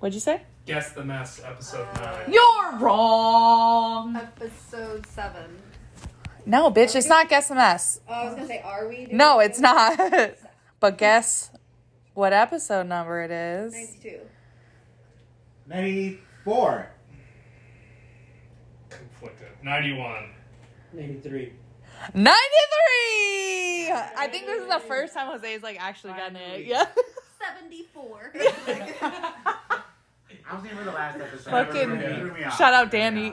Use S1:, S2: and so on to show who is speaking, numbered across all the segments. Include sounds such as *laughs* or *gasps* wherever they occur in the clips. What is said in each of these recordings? S1: What'd you say?
S2: Guess the mess, episode
S1: Uh,
S2: nine.
S1: You're wrong.
S3: Episode seven.
S1: No, bitch, it's not guess the mess.
S3: Oh, I was gonna say, are we? Doing
S1: No, it's not. *laughs* but guess what episode number it is.
S3: Ninety-two.
S4: 94.
S2: Conflicted. Ninety-one.
S5: 93.
S1: 93! I think this is the first time Jose's like actually gotten it. Yeah.
S3: *laughs* Seventy-four.
S4: I was thinking for the last episode.
S1: Fucking-
S4: You
S1: *laughs*
S4: threw me off.
S1: Shout out Danny.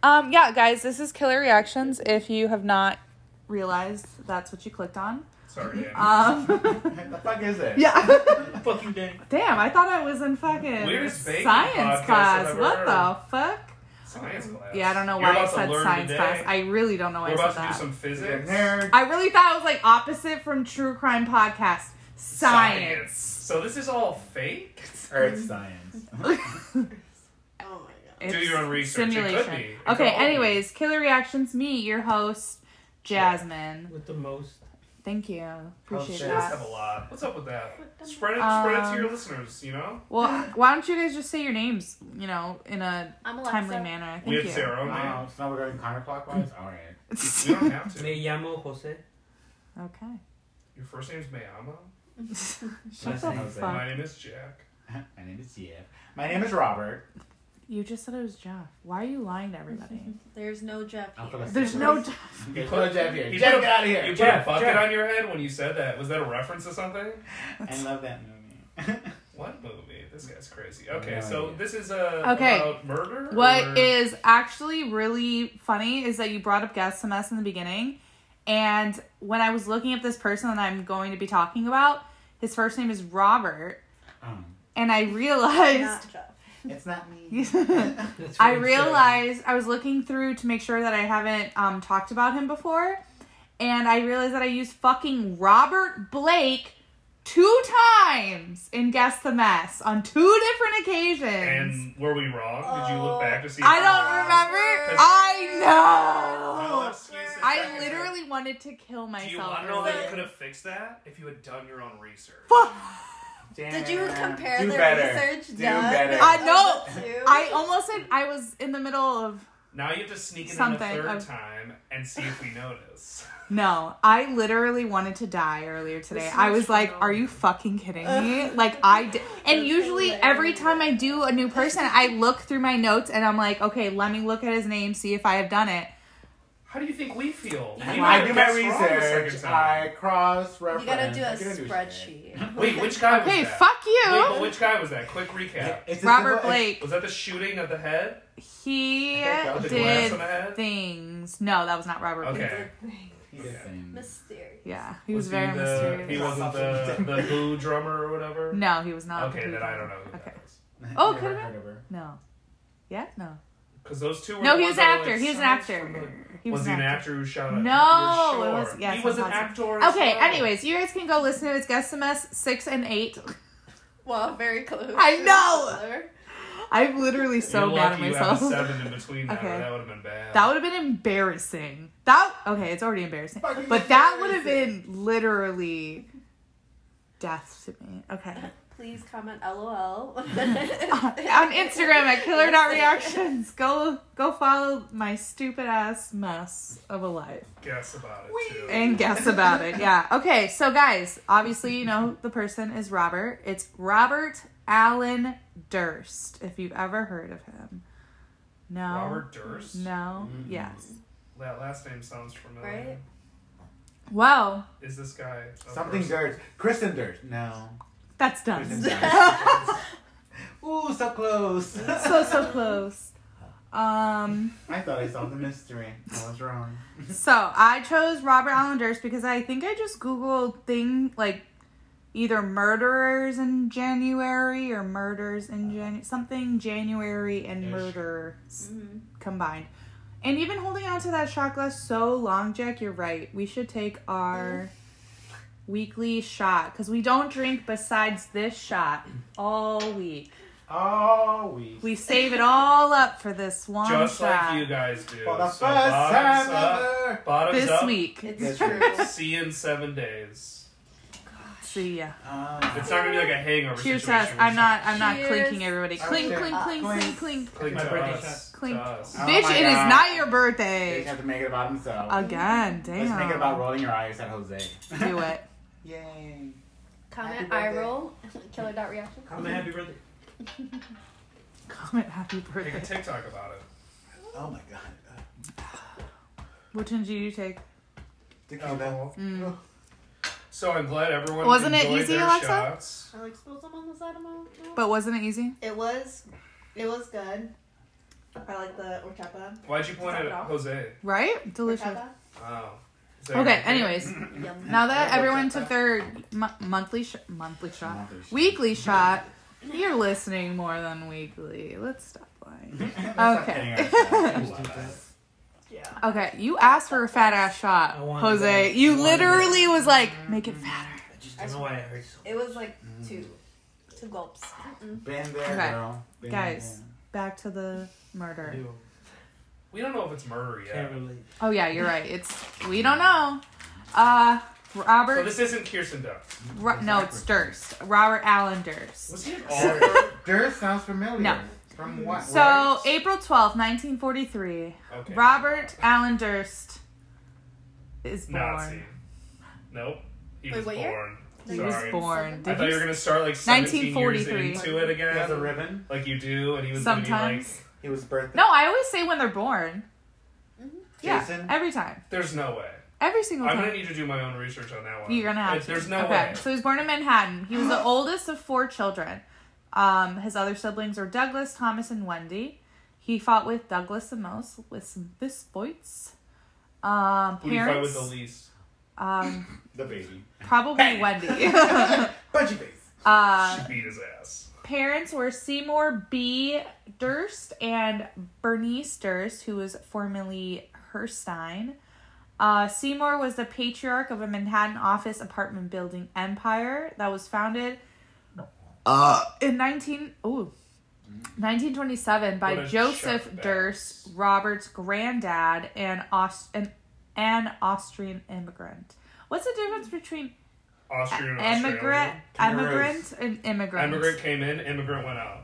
S1: Um, yeah, guys, this is Killer Reactions. If you have not realized that's what you clicked on.
S2: Sorry, Danny.
S1: Um, *laughs*
S4: What the fuck is it?
S1: yeah. *laughs*
S5: Fucking day.
S1: Damn, I thought I was in fucking
S2: Weirdest baking podcast
S1: science
S2: I've
S1: class.
S2: ever
S1: What
S2: heard.
S1: the fuck?
S2: Science class.
S1: Yeah, I don't know
S2: You're
S1: why
S2: about
S1: I
S2: to
S1: said
S2: learn
S1: science
S2: today.
S1: class. I really don't know why
S2: We're
S1: I
S2: about
S1: said
S2: to do
S1: that.
S2: some
S4: You're a
S2: physics.
S4: nerd.
S1: I really thought it was like opposite from true crime podcast.
S2: Science.
S1: *laughs* Science.
S2: So this is all fake.
S4: Earth science.
S3: Oh my god.
S1: It's
S2: Do your own research. It could
S1: Simulation.
S2: be. It
S1: Okay,
S2: could all be.
S1: anyways, Killer Reactions, me, your host, Jasmine.
S5: With the most.
S1: Thank you. Appreciate
S4: She
S2: You guys
S1: that.
S2: Oh,
S4: does
S2: have a lot. What's up with that?
S3: What the-
S2: Spread it. spread it to
S1: Um,
S2: your listeners. You know.
S1: Well, why don't you guys just say your names, you know, in a
S3: I'm Alexa.
S1: timely manner?
S2: we have
S1: Thank
S2: to
S1: *laughs* you.
S2: say our own
S4: Wow,
S2: names.
S4: so now we're going counterclockwise? Alright.
S2: You don't have to.
S5: *laughs* Me llamo Jose.
S1: okay.
S2: Your first name's Mayama.
S1: Shut
S4: Last
S1: the
S4: name is
S1: fuck.
S2: My name is Jack.
S4: *laughs* My name is Jeff. My name is Robert.
S1: You just said it was Jeff. Why are you lying to everybody?
S3: *laughs* There's no Jeff
S4: I'm
S3: here.
S4: gonna-
S1: There's no Jeff.
S4: There's no Jeff here.
S2: You
S4: Jeff,
S2: put-
S4: get out of here.
S2: You put
S5: Jack,
S2: a bucket
S5: Jack.
S2: on your head when you said that. Was that a reference to something?
S4: I love that *laughs* movie.
S2: What movie? This guy's crazy. Okay,
S4: No
S2: so
S4: idea.
S2: this is uh,
S1: Okay.
S2: about murder.
S1: What
S2: or-
S1: is actually really funny is that you brought up guest MS in the beginning. And when I was looking at this person that I'm going to be talking about, his first name is Robert.
S4: um,
S1: And I realized,
S3: Not Jeff.
S4: it's not *laughs* me.
S5: That's
S1: *laughs* I
S5: what I'm
S1: realized, I was looking through to make sure that I haven't um, talked about him before. And I realized that I used fucking Robert Blake two times in Guess the Mess on two different occasions.
S2: And were we wrong? Did you look back to see? if
S1: Oh, I
S2: we
S1: don't
S2: were wrong?
S1: remember.
S2: Cause-
S1: I
S2: No
S1: know.
S2: excuses.
S1: I literally wanted to kill myself.
S2: Do you want to know how
S1: earlier.
S2: you could have fixed that if you had done your own research?
S1: Fuck.
S3: Did you
S4: Damn.
S3: compare
S4: Do
S3: the
S4: better.
S3: research
S4: Do
S3: done?
S4: better.
S1: I know.
S3: of the two?
S1: I almost said I was in the middle of
S2: Now you have to sneak it
S1: Something
S2: in a third
S1: of-
S2: time and see if we notice.
S1: no. I literally wanted to die earlier today.
S3: This
S1: I was
S3: is
S1: like,
S3: wrong.
S1: "Are you fucking kidding
S3: *laughs*
S1: me?" Like I did. And
S3: That's
S1: usually every
S3: hilarious.
S1: time I do a new person, I look through my notes and I'm like, "Okay, let me look at his name, see if I have done it."
S2: How do you think we feel? You
S4: I
S2: never
S4: do my
S2: guessed wrong the second
S4: research.
S2: time.
S4: I cross
S3: You
S4: reference.
S3: gotta do a spreadsheet.
S2: Wait,
S3: *laughs*
S2: which guy was
S1: Okay,
S2: that?
S1: fuck
S2: Wait, but
S1: you.
S2: which guy was that? Quick recap.
S1: Robert Blake.
S2: Was that the shooting of the head?
S1: He
S4: that was
S2: The glass on
S1: did
S2: the head?
S1: things. No, that was not Robert. Blake.
S2: Okay.
S3: Oh, Mysterious.
S1: Yeah, he was,
S2: he
S1: very
S2: the-
S1: mysterious.
S2: He wasn't the, the boo drummer or whatever?
S1: No, he was not. the
S2: Okay,
S1: lead
S2: then I don't
S1: singer.
S2: know who
S1: Um, Okay.
S2: that was.
S1: Oh, could've been. No. Yeah, no.
S2: Because those two were
S1: No,
S2: the
S1: he
S2: ones
S1: was
S2: that were
S1: after.
S2: like,
S1: He was an
S2: "Someone's
S1: actor.
S2: from
S1: He
S2: the-" Was he an actor who shot at
S1: No,
S2: you were
S1: it
S2: sure.
S1: was- yes,
S2: he was
S1: it
S2: an
S1: was.
S2: actor. as
S1: Okay,
S2: well.
S1: anyways, you guys can go listen to his guest MS six and eight.
S3: Well, very close.
S1: I know! I'm literally so
S2: You're
S1: mad at
S2: lucky you have a
S1: myself.
S2: seven in between that, or
S1: Okay.
S2: that would have been
S1: *laughs*
S2: bad.
S1: That would have been embarrassing. That okay, it's already embarrassing.
S4: Fucking
S1: But that would have been literally death to me. Okay.
S3: Please comment
S1: *laughs*
S3: LOL. *laughs* On
S1: On Instagram at killer.reactions. Go go follow my stupid ass mess of a life.
S2: Guess about it, too.
S1: and guess about it. Yeah. Okay. So, guys, obviously, you know the person is Robert. It's Robert Allen Durst. If you've ever heard of him, no,
S2: Robert Durst? Mm-hmm.
S1: no, yes.
S2: That last name sounds familiar.
S3: Right?
S1: Well,
S2: Is this guy a
S4: Something
S2: person?
S4: dirt. Kristen dirt. No.
S1: that's *laughs*
S4: Kristen
S1: done.
S4: dirt. Ooh, so close. *laughs*
S1: so so close. Um.
S4: I thought I solved the mystery. I was wrong.
S1: So I chose Robert Allen Durst because I think I just googled thing like either murderers in January or murders in January something January and
S4: Ish.
S1: murder
S2: Mm.
S1: s-
S3: Mhm.
S1: combined. And you've been holding on to that shot glass so long, Jack. You're right. We should take our weekly shot because we don't drink besides this shot all week.
S4: Oh, we.
S1: We save it all up for this one
S2: Just
S1: shot
S2: like you guys do.
S4: For the
S2: So
S4: first
S2: bottoms
S4: time
S2: up,
S4: ever.
S2: bottoms
S1: this
S2: up,
S1: week.
S4: *laughs*
S3: It's
S4: That's
S3: true.
S2: See you in seven days.
S1: see ya.
S4: Uh,
S2: It's not gonna be like a hangover
S1: Cheers to us.
S2: situation.
S1: I'm not. I'm not
S3: Cheers.
S1: clinking everybody. Clink,
S4: Okay.
S1: clink, clink,
S4: Clink.
S1: clink, clink.
S2: Cling
S5: My
S2: to
S5: birthday
S2: us.
S1: clink.
S2: To us.
S4: Oh
S1: Bitch,
S4: my
S1: it is
S4: God.
S1: not your
S4: they
S1: birthday.
S4: have to make it about themselves.
S1: Again, damn.
S4: Let's make it about rolling your eyes at Jose.
S1: Do it.
S4: *laughs*
S1: *laughs*
S4: Yay.
S3: Comment
S4: Happy
S3: eye
S4: birthday.
S3: roll. *laughs* Killer dot reaction.
S5: Comment happy birthday.
S1: Comment happy
S2: Make a
S1: birthday.
S2: TikTok about it.
S4: Oh my god. Uh,
S1: Which one did you take?
S4: tequila.
S1: Mm.
S2: So I'm glad everyone
S1: Wasn't it
S2: enjoyed
S1: easy,
S2: their
S1: Alexa?
S2: shots.
S3: I like spilled some on the side of my mouth.
S1: But wasn't it easy?
S3: It was, it was good. I like the horchata.
S2: Why'd you point
S3: Stop
S2: it
S3: it
S2: at
S3: off.
S2: Jose? Oh.
S1: Right? Delicious.
S3: Horchata?
S2: Wow. Is that
S1: Okay.
S2: your-
S4: *laughs*
S1: Anyways,
S3: Yum.
S1: now that
S4: Yeah,
S1: everyone
S4: what's
S1: took
S4: up,
S1: their mo- monthly sh- monthly shot,
S4: Monthly
S1: *laughs*
S4: shot.
S1: weekly shot, you're listening more than weekly. Let's stop lying. Okay. *laughs*
S3: Yeah.
S1: Okay, you asked for a fat ass shot,
S5: I wanted
S1: Jose.
S5: that. I
S1: You
S5: wanted
S1: literally was like, make it fatter.
S5: I just don't know why it hurts. so
S3: It was like
S4: Mm.
S3: two, two gulps. Mm-mm.
S4: Been there,
S1: Okay.
S4: girl. Been
S1: Guys.
S4: there.
S1: Back to the murder.
S5: much. Ew,
S2: We don't know if it's murder yet.
S5: Can't relate.
S1: Oh yeah, you're right. It's we don't know. Uh,
S2: So
S1: Robert.
S2: this isn't Kirsten Dunst.
S1: Ro- no, it's Durst. Robert Allen Durst.
S2: Was he an
S4: Durst-
S2: author?
S4: *laughs* Durst sounds familiar.
S1: No.
S4: From what?
S1: So April twelfth, nineteen forty three,
S2: Okay.
S1: Robert Allen Durst is born.
S2: Nazi. Nope. He
S3: Wait,
S2: was
S3: what year?
S2: born.
S1: He
S2: Sorry.
S1: was born.
S2: I
S1: Did
S2: thought you
S1: you
S2: were
S1: s-
S2: gonna start like 17 years
S1: 1943.
S2: into it
S4: He has a
S2: again,
S4: ribbon.
S2: like you do, and he was gonna be like,
S1: sometimes?
S4: He was birthday.
S1: No, I always say when they're born. Yeah,
S4: Jason?
S1: every time,
S2: "There's no way."
S1: every single
S2: I'm
S1: time.
S2: gonna need to do my own research on that one.
S1: You're gonna have
S2: Like,
S1: to.
S2: There's no
S1: okay.
S2: way.
S1: So he was born in Manhattan. He was the oldest of four children. Um, his other siblings were Douglas, Thomas, and Wendy. He fought with Douglas the most with some fist fights. Um,
S2: Who do you fight with
S1: parents,
S2: the least?
S1: um,
S4: The baby.
S2: *laughs*
S1: probably Wendy.
S4: Budgie face.
S1: uh,
S2: She beat his ass.
S1: parents were Seymour B. Durst and Bernice Durst, who was formerly Herstein. Uh, Seymour was the patriarch of a Manhattan office apartment building empire that was founded uh, in 19, ooh, 1927 by
S2: What a
S1: Joseph
S2: chuckbag.
S1: Durst, Robert's granddad, and Aust- an, an Austrian immigrant. What's the difference between
S2: Austrian and
S1: immigrant,
S2: Australian.
S1: immigrant, and immigrant?
S2: Immigrant came in, immigrant went out.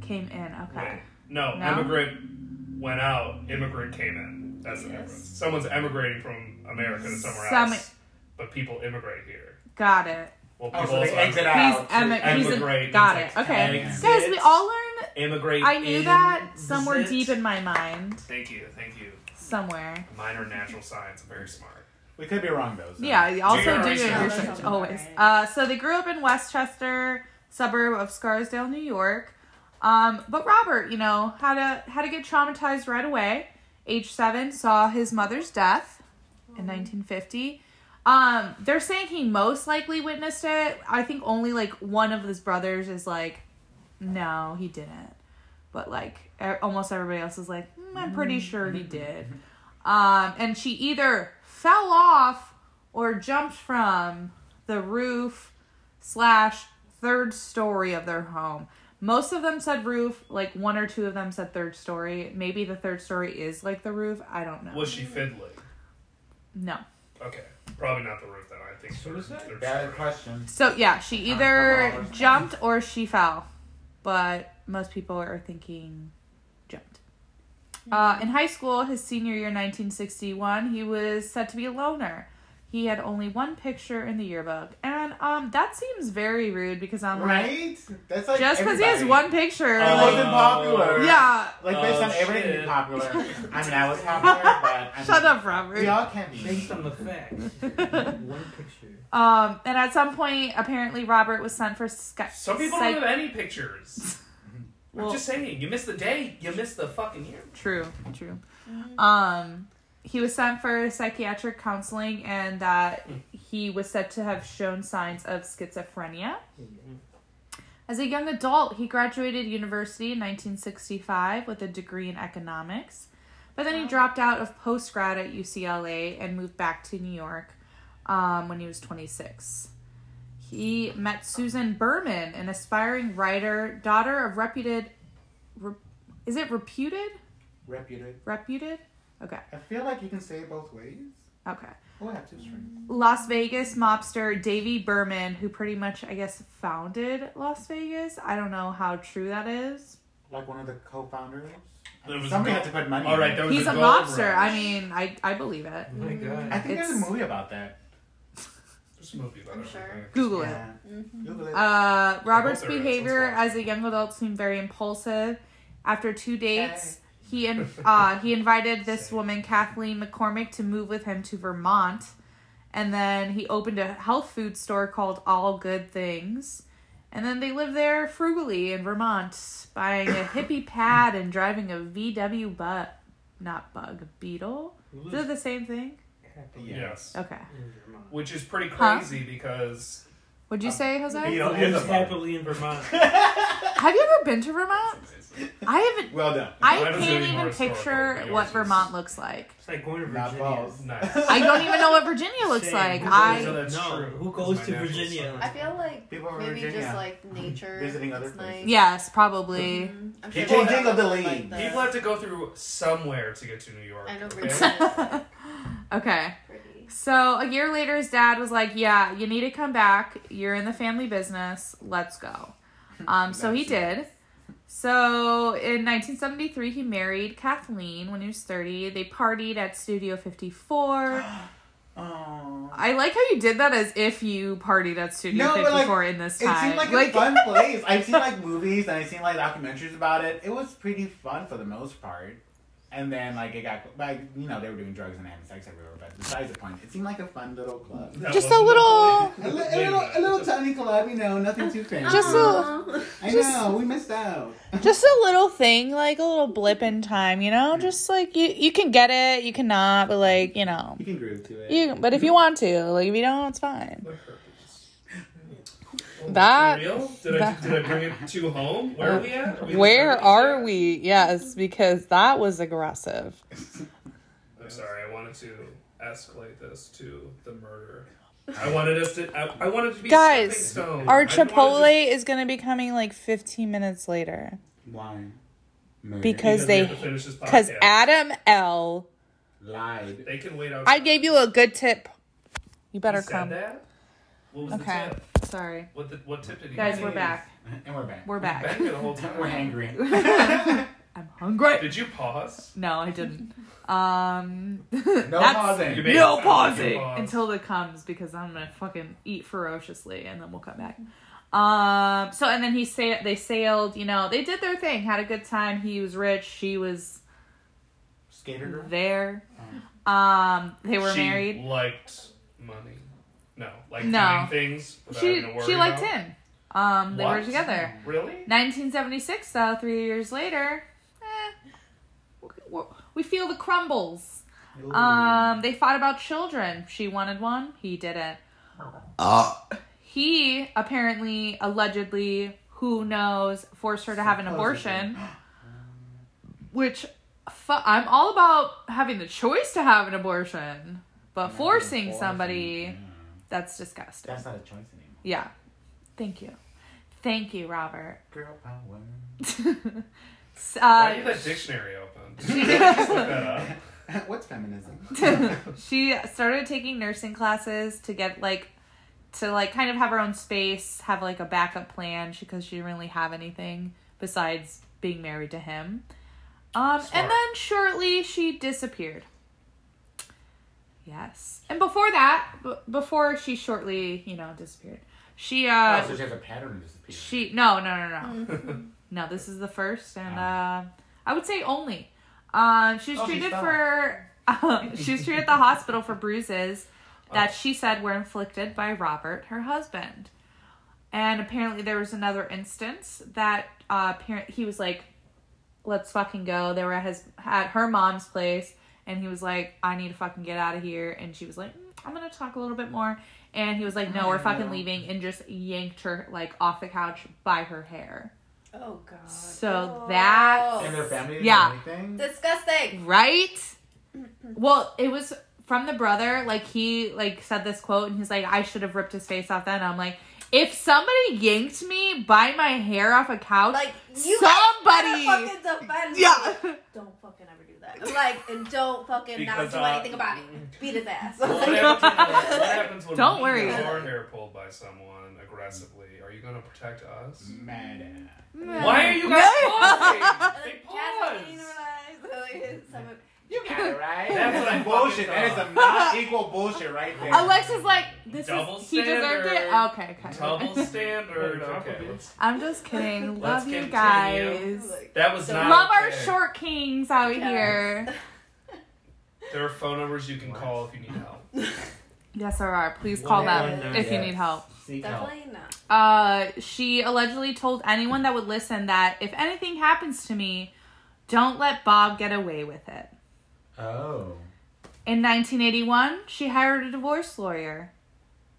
S1: came in.
S2: Wait,
S1: Okay.
S2: no,
S1: No?
S2: immigrant went out, immigrant came in. That's the
S3: Yes.
S2: difference. Someone's emigrating from America to somewhere
S1: Some-
S2: else, but people immigrate here.
S1: Got it.
S2: Well, people
S4: Oh, so they
S2: also
S4: exit
S2: emigrate.
S1: He's
S4: out. to
S1: emi- he's an-
S2: emigrate.
S1: got
S2: It's
S1: it.
S2: like
S1: Okay.
S2: exit,
S1: Guys, we all learn.
S2: immigrate.
S1: I knew
S2: in-
S1: that somewhere
S5: Exit.
S1: deep in my mind.
S2: Thank you, thank you.
S1: Somewhere.
S2: Mine are natural science. I'm very smart.
S4: We could be wrong though. so-
S1: Yeah, you also
S2: your
S1: do your
S2: research.
S1: research.
S3: Yeah.
S1: Always.
S3: Right.
S1: Uh, so they grew up in Westchester, suburb of Scarsdale, New York. Um, but Robert, you know, had to had to get traumatized right away. Age seven, saw his mother's death in 1950. Um, they're saying he most likely witnessed it. I think only like one of his brothers is like, no, he didn't. But like e- almost everybody else is like, "Mm, I'm pretty sure he did. Um, and she either fell off or jumped from the roof slash third story of their home. Most of them said roof, like one or two of them said third story. Maybe the third story is like the roof. I don't know.
S2: Was she fiddling?
S1: no.
S2: Okay, probably not the roof then. I think.
S5: So does that-
S2: they're-
S4: Valid question.
S1: So yeah, she
S4: Kinda
S1: either
S4: double-edged.
S1: jumped or she fell, but most people are thinking jumped. Uh, in high school, his senior year, 1961, he was said to be a loner. He had only one picture in the yearbook, and um, that seems very rude because I'm like,
S4: Right? That's like
S1: Um, just because he has
S4: everybody. Oh,
S1: one picture,
S4: He
S2: Uh,
S1: like,
S4: wasn't popular.
S1: yeah,
S4: Like based
S2: Oh,
S4: on everything
S2: shit.
S1: *laughs*
S4: being popular. I mean, I was popular, but I
S1: shut
S4: mean,
S1: up, Robert.
S4: We all can be.
S5: Based on the facts. One picture.
S1: *laughs* Um, and at some point, apparently, Robert was sent for sky-
S2: Some people
S1: psych-
S2: don't have any pictures.
S1: Well-
S2: I'm just saying, you missed the day, you missed the fucking year.
S1: True, true. Um, he was sent for psychiatric counseling, and that he was said to have shown signs of schizophrenia.
S5: Oh
S1: As a young adult, he graduated university in 1965 with a degree in economics, but then he dropped out of post grad at UCLA and moved back to New York um, when he was 26. He met Susan Berman, an aspiring writer, daughter of reputed. Re- is it reputed?
S4: Reputed.
S1: Reputed? Okay.
S4: I feel like you can say it both ways.
S1: Okay.
S4: Oh, I have two strings.
S1: Las Vegas mobster Davy Berman, who pretty much, I guess, founded Las Vegas. I don't know how true that is.
S4: Like one of the co-founders. I
S2: There
S4: mean,
S2: was
S4: Somebody
S2: a-
S4: had to put money.
S2: All
S4: in
S2: right,
S4: it.
S2: there was
S1: He's a
S2: a gold
S1: mobster.
S2: rush.
S1: I mean, I, I believe it.
S5: Oh my god.
S4: I think there's
S1: it's-
S4: a movie about that.
S2: There's a movie about
S3: I'm
S2: it, I
S3: sure.
S2: think.
S1: Google it.
S4: Yeah.
S1: Mm-hmm.
S4: Google it.
S1: Uh, Robert's
S2: there is.
S1: behavior
S2: Let's watch.
S1: as a young adult seemed very impulsive. After two dates, he in, uh, he invited this
S2: Same.
S1: woman, Kathleen McCormick, to move with him to Vermont, and then he opened a health food store called All Good Things, and then they lived there frugally in Vermont, buying a hippie pad and driving a VW but not bug beetle. Is it the same thing?
S4: Yeah.
S2: Yes.
S1: Okay.
S2: Which is pretty
S1: Huh?
S2: crazy because
S1: What'd you
S2: Um,
S1: say, Jose?
S4: yeah.
S5: Beetle
S4: Beetle is
S5: lives
S4: a bug.
S5: happily
S2: *laughs*
S5: in Vermont.
S1: Have you ever been to Vermont? I haven't.
S4: Well done.
S1: I
S2: Mine was
S1: can't
S2: really more
S1: even
S2: historical,
S1: picture
S2: but
S1: what
S2: yours is-
S1: Vermont looks like.
S5: It's like going to
S4: Not
S5: Virginia.
S4: balls. *laughs*
S2: nice.
S1: I don't even know what Virginia looks
S5: Same.
S1: like.
S5: Who
S2: goes
S1: I
S2: to
S5: goes-
S2: That's
S5: no,
S2: true.
S5: who goes
S2: It's
S5: to
S2: my natural
S5: Virginia?
S2: summer.
S3: I feel like
S4: People from
S3: maybe
S4: Virginia
S3: just
S4: *laughs*
S3: like nature.
S4: visiting other
S3: is
S4: places.
S3: nice.
S1: yes, probably.
S3: Mhm. I'm
S4: People-
S3: there's
S4: Changing of the
S3: like
S4: league.
S3: the-
S2: People have to go through somewhere to get to New York.
S4: *laughs*
S3: I know
S2: okay?
S3: *laughs* Virginia.
S1: okay.
S3: pretty.
S1: So a year later, his dad was like, "Yeah, you need to come back. You're in the family business. Let's go." Um, so he did. So in 1973, he married Kathleen when he was 30. They partied at Studio
S4: *gasps*
S1: 54.
S4: Oh.
S1: I like how you did that as if you partied at Studio
S4: No, but, like,
S1: 54 in this time.
S4: It seemed like, a fun place. I've
S1: *laughs*
S4: seen like movies and I've seen like documentaries about it. It was pretty fun for the most part. And then like it got like you know they were doing drugs and having sex everywhere, but besides the point, it seemed like a fun
S2: *laughs*
S4: little club.
S2: That
S1: Just
S2: wasn't
S1: a little-
S2: the
S4: A,
S2: point.
S4: li- a little, a little tiny club, you know, nothing too fancy.
S1: Just a-
S3: Aw.
S4: I
S1: just-
S4: know we missed out.
S1: just a little thing like a little blip in time you know just like you you can get it you cannot but like you know
S4: You can groove to it.
S1: you but if you want to like if you don't it's fine
S2: What herpes? Oh,
S1: That-
S2: for real? Did I,
S1: that-
S2: did I bring it to home? Where are we at? Are we
S1: where
S2: at
S1: are
S2: 30%?
S1: we yes because that was aggressive
S2: I'm sorry. I wanted to escalate this to the murder. I wanted us to. I, I wanted to be
S1: Guys,
S2: stepping stone. I
S1: our
S2: didn't
S1: chipotle
S2: want it
S1: is gonna be coming like 15 minutes later
S4: Why? Murder.
S1: Because-
S2: to-
S1: they-
S2: we have to finish this
S1: because
S2: podcast.
S1: adam l
S4: lied.
S2: they can wait out.
S1: i gave you a good tip you
S2: You
S1: better
S2: said
S1: come
S2: That? What was
S1: okay
S2: the tip?
S1: sorry
S2: What, the, what tip did he
S1: guys
S2: give?
S1: we're
S2: *laughs*
S1: back
S4: And we're back.
S1: we're
S2: You've
S1: back
S2: been here the whole time.
S4: *laughs* We're angry.
S1: i'm hungry
S2: Did you pause?
S1: no i
S2: *laughs*
S1: didn't um *laughs*
S4: No
S2: You
S4: pausing.
S2: made
S1: no
S2: it sound like
S1: pausing
S2: you paused.
S1: until it comes because I'm gonna fucking eat ferociously and then we'll come back. Um. So and then he sa- they sailed. You know, they did their thing, had a good time. He was rich. She was
S4: Skater girl.
S1: there. Um. They were
S2: she
S1: married.
S2: Liked money. No, like
S1: No.
S2: doing things. Without
S1: She
S2: having to worry
S1: she liked
S2: about.
S1: him. Um. They were
S2: What?
S1: together. Uh,
S2: Really?
S1: 1976. So three years later. Eh, we- we feel the crumbles.
S4: Ooh.
S1: Um, they fought about children. She wanted one. He didn't. He apparently, allegedly, who knows, forced her to have an abortion. Which, fu- I'm all about having the choice to have an abortion, but uh, forcing
S4: Yeah.
S1: somebody, that's disgusting.
S4: Mm. That's not a choice anymore.
S1: Yeah. Thank you. Thank you, Robert. *laughs*
S4: Girl power.
S1: S-
S2: Why do
S1: Uh,
S2: you have that dictionary open? *laughs* Just look that up.
S4: *laughs*
S1: *laughs*
S2: *laughs*
S4: What's feminism?
S1: she started taking nursing classes to get like to like kind of have her own space have like a backup plan because she didn't really have anything besides being married to him um
S2: Smart.
S1: and then shortly she disappeared yes and before that b- before she shortly you know disappeared she uh
S4: oh, so she has a pattern disappear.
S1: she no no no no no this is the first and uh, I would say only. Um, she was
S4: Oh, she's
S1: treated
S4: fine.
S1: for *laughs* she was treated at the hospital for bruises that she said were inflicted by Robert, her husband. And apparently there was another instance that uh, parent he was like, "Let's fucking go." They were at his at her mom's place, and he was like, "I need to fucking get out of here," and she was like. "Mm, I'm gonna talk a little bit more, and he was like, "No, we're fucking leaving," and just yanked her like off the couch by her hair.
S3: Oh god.
S1: So
S3: Oh.
S1: that's-
S4: and their family didn't
S1: Yeah.
S4: do anything.
S3: Disgusting.
S1: Right? Well, it was from the brother. Like he like said this quote, and he's like, "I should have ripped his face off." Then I'm like, if somebody yanked me by my hair off a couch,
S3: Like you
S1: Somebody-
S3: gotta fucking defend me. *laughs*
S1: yeah, *laughs*
S3: Don't fucking ever do that.
S1: correct.
S3: Like, and don't fucking
S2: Because,
S3: not do
S2: uh,
S3: anything about it. Beat his ass.
S2: Well, what, happens when, what happens when
S1: Don't
S2: we
S1: worry.
S2: get our hair pulled by someone aggressively? Are you going to protect us?
S4: Mad.
S2: Why are you guys
S1: *laughs*
S2: pausing? They
S3: Jasmine
S2: pause.
S3: realized. Someone-
S4: You got it right.
S2: That's what I fucking
S4: bullshit. That is
S2: thought.
S4: some not equal bullshit right
S1: *laughs*
S4: there.
S1: Alexa's like, this
S2: Double
S1: is he deserved it.
S2: standard.
S1: Okay, okay.
S2: Double standard. Okay. let's-
S1: *laughs* I'm just kidding.
S2: Let's
S1: Love you
S2: continue.
S1: guys.
S3: like,
S2: That was not.
S1: Love our
S2: okay.
S1: short kings out
S3: Yes.
S1: here.
S2: There are phone numbers you can call if you need help.
S1: Yes, there are. Please call
S5: One,
S1: them
S5: one,
S1: if you
S4: yes.
S1: need help.
S4: Seek help.
S3: Definitely not.
S1: Uh, she allegedly told anyone that would listen that if anything happens to me, don't let Bob get away with it.
S4: Oh.
S1: In 1981, she hired a divorce lawyer.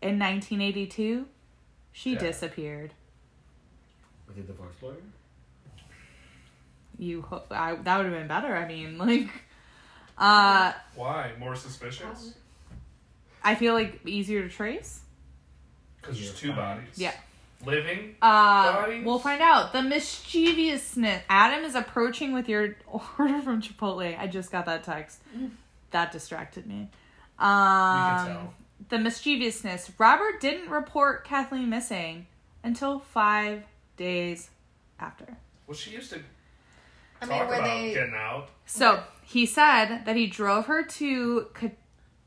S1: In 1982, she
S2: Yeah.
S1: disappeared.
S4: Was it divorce lawyer?
S1: You, ho- I, that would have been better. I mean, *laughs* like, uh,
S2: Why? More
S3: Um,
S2: suspicious?
S1: I feel like easier to trace.
S2: Because there's two
S4: You're fine.
S2: bodies.
S1: Yeah.
S2: Living.
S1: Uh,
S2: Bodies?
S1: we'll find out. The mischievousness. Adam is approaching with your *laughs* order from Chipotle. I just got that text. That distracted me. Um,
S2: tell.
S1: The mischievousness. Robert didn't report Kathleen missing until five days after.
S2: Well, she used to talk
S3: I mean, were
S2: about
S3: they.
S2: getting out.
S1: So he said that he drove her to Ca-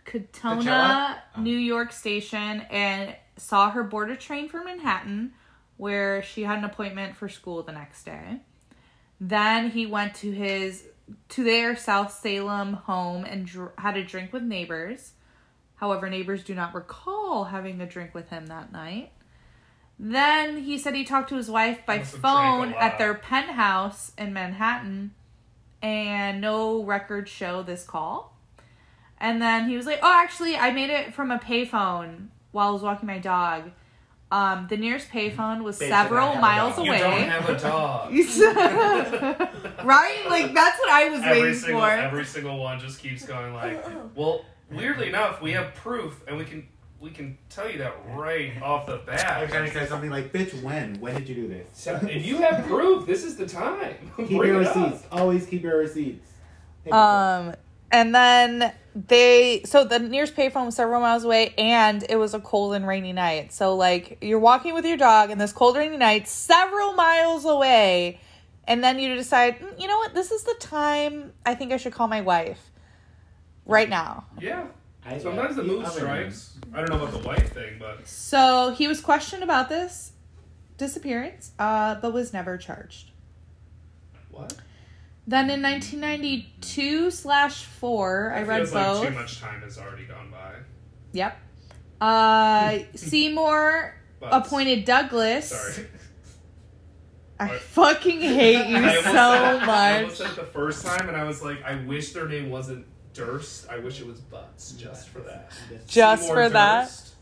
S1: Katona,
S4: Coachella? Oh.
S1: New York Station, and saw her board a train for Manhattan, where she had an appointment for school the next day. Then he went to his to their South Salem home and dr- had a drink with neighbors. However, neighbors do not recall having a drink with him that night. Then he said he talked to his wife by
S2: Must have drank a
S1: phone at
S2: lot.
S1: their penthouse in Manhattan, and no records show this call. And then he was like, "Oh, actually, I made it from a payphone while I was walking my dog. Um, the nearest payphone was
S4: Bitch, I don't
S1: several
S4: have a
S1: miles
S4: dog.
S2: You don't
S1: away."
S2: have
S1: *laughs*
S2: a dog.
S1: right? Like that's what I was
S2: every
S1: waiting
S2: single
S1: for.
S2: every single one just keeps going *laughs* like, well, weirdly enough, we have proof and we can we can tell you that right off the
S4: I was
S2: bat.
S4: trying to say something like, bitch, when? When did you do this?
S2: So if
S4: *laughs*
S2: you have proof, this is the time.
S4: Keep your receipts. Always keep your receipts. Thank you.
S1: Um, and then they so the nearest payphone was several miles away, and it was a cold and rainy night. So like you're walking with your dog, and this cold rainy night, several miles away, and then you decide, "Mm, you know what, this is the time I think I should call my wife right now.
S2: Yeah.
S4: I
S2: Sometimes the
S4: love
S2: mood
S4: other
S2: strikes. I don't know about the white thing, but
S1: So he was questioned about this disappearance, uh, but was never charged.
S2: what?
S1: Then in 1992 slash four, I
S2: It
S1: read
S2: feels like
S1: both.
S2: too much time has already gone by.
S1: Yep. Uh, Seymour
S2: But
S1: appointed Douglas.
S2: Sorry.
S1: I fucking hate you
S2: *laughs* I almost said- I
S1: so
S2: almost said it the first time, and I was like, I wish their name wasn't Durst. I wish it was Butts, just for that.
S4: ones.
S1: Just
S2: Seymour
S1: for that?
S2: Durst.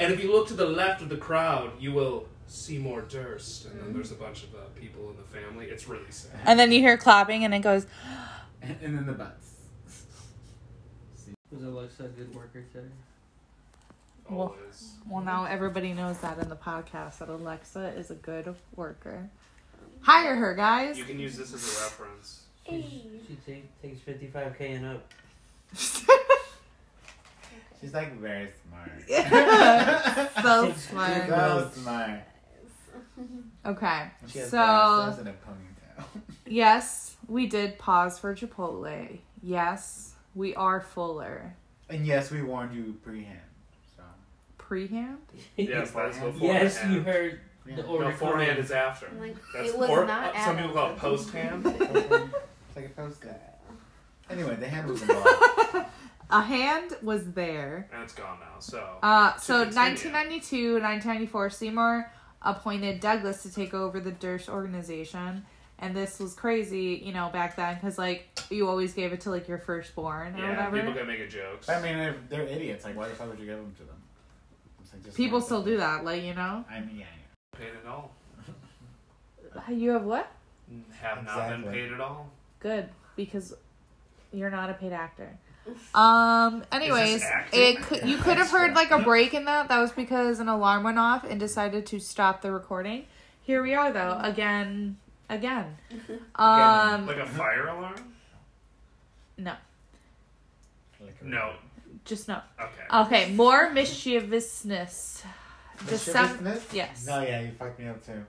S2: And if you look to the left of the crowd, you will see more Durst. And then there's a bunch of uh, people in the family. It's really sad.
S1: And then you hear clapping, and it goes.
S4: *laughs* And then the butts.
S5: Was Alexa a good worker today?
S1: Well-
S2: Always.
S1: Well, now everybody knows that in the podcast that Alexa is a good worker. Hire her, guys. *laughs*
S2: You can use this as a reference.
S5: She's- She take, takes 55k and up.
S4: She's like very
S1: *laughs*
S4: smart. *laughs*
S1: so
S5: *laughs* She's
S1: smart.
S4: so
S5: *laughs*
S4: smart.
S1: Okay,
S4: She has
S1: so
S4: glasses and a ponytail. *laughs*
S1: yes, we did pause for Chipotle. Yes, we are fuller.
S4: And yes, we warned you pre-hand. So.
S1: Prehand.
S2: Yes, that's what
S5: yes,
S2: forehand.
S5: you heard the
S4: Yeah.
S5: order.
S2: No, forehand
S5: coming.
S2: is after.
S3: I'm like,
S2: That's
S3: it was
S2: or-
S3: not
S2: uh, some people call it
S3: Adam.
S2: post ham.
S4: it's like a postcard. Anyway, the hand was involved.
S1: A hand was there.
S2: and it's gone now.
S1: *laughs*
S2: So
S1: Uh, so
S2: continue.
S1: 1992, 1994, Seymour appointed Douglas to take over the Durst organization, and this was crazy, you know, back then because like you always gave it to like your firstborn or
S2: yeah, people
S1: whatever.
S2: can make a joke.
S4: I mean, if they're idiots, like why the fuck would you give them to them? It's like, just
S1: People
S4: like
S1: still
S4: that.
S1: do that, like you know.
S4: I mean, yeah,
S2: paid at all.
S1: You have what?
S2: Have not been
S4: Exactly.
S2: paid at all.
S1: Good because you're not a paid actor. *laughs* Um. Anyways,
S2: acting?
S1: it could, you could have heard
S2: *laughs*
S1: like a break in that. That was because an alarm went off and decided to stop the recording. Mm-hmm. Here we are though, again, again. Um.
S2: Like a fire alarm?
S1: No,
S4: Liquor.
S2: No.
S1: just no. *laughs*
S2: Okay. *laughs*
S1: Okay, more mischievousness. December.
S4: Mischievousness?
S1: yes. *laughs*
S4: No, yeah, you fucked me up too.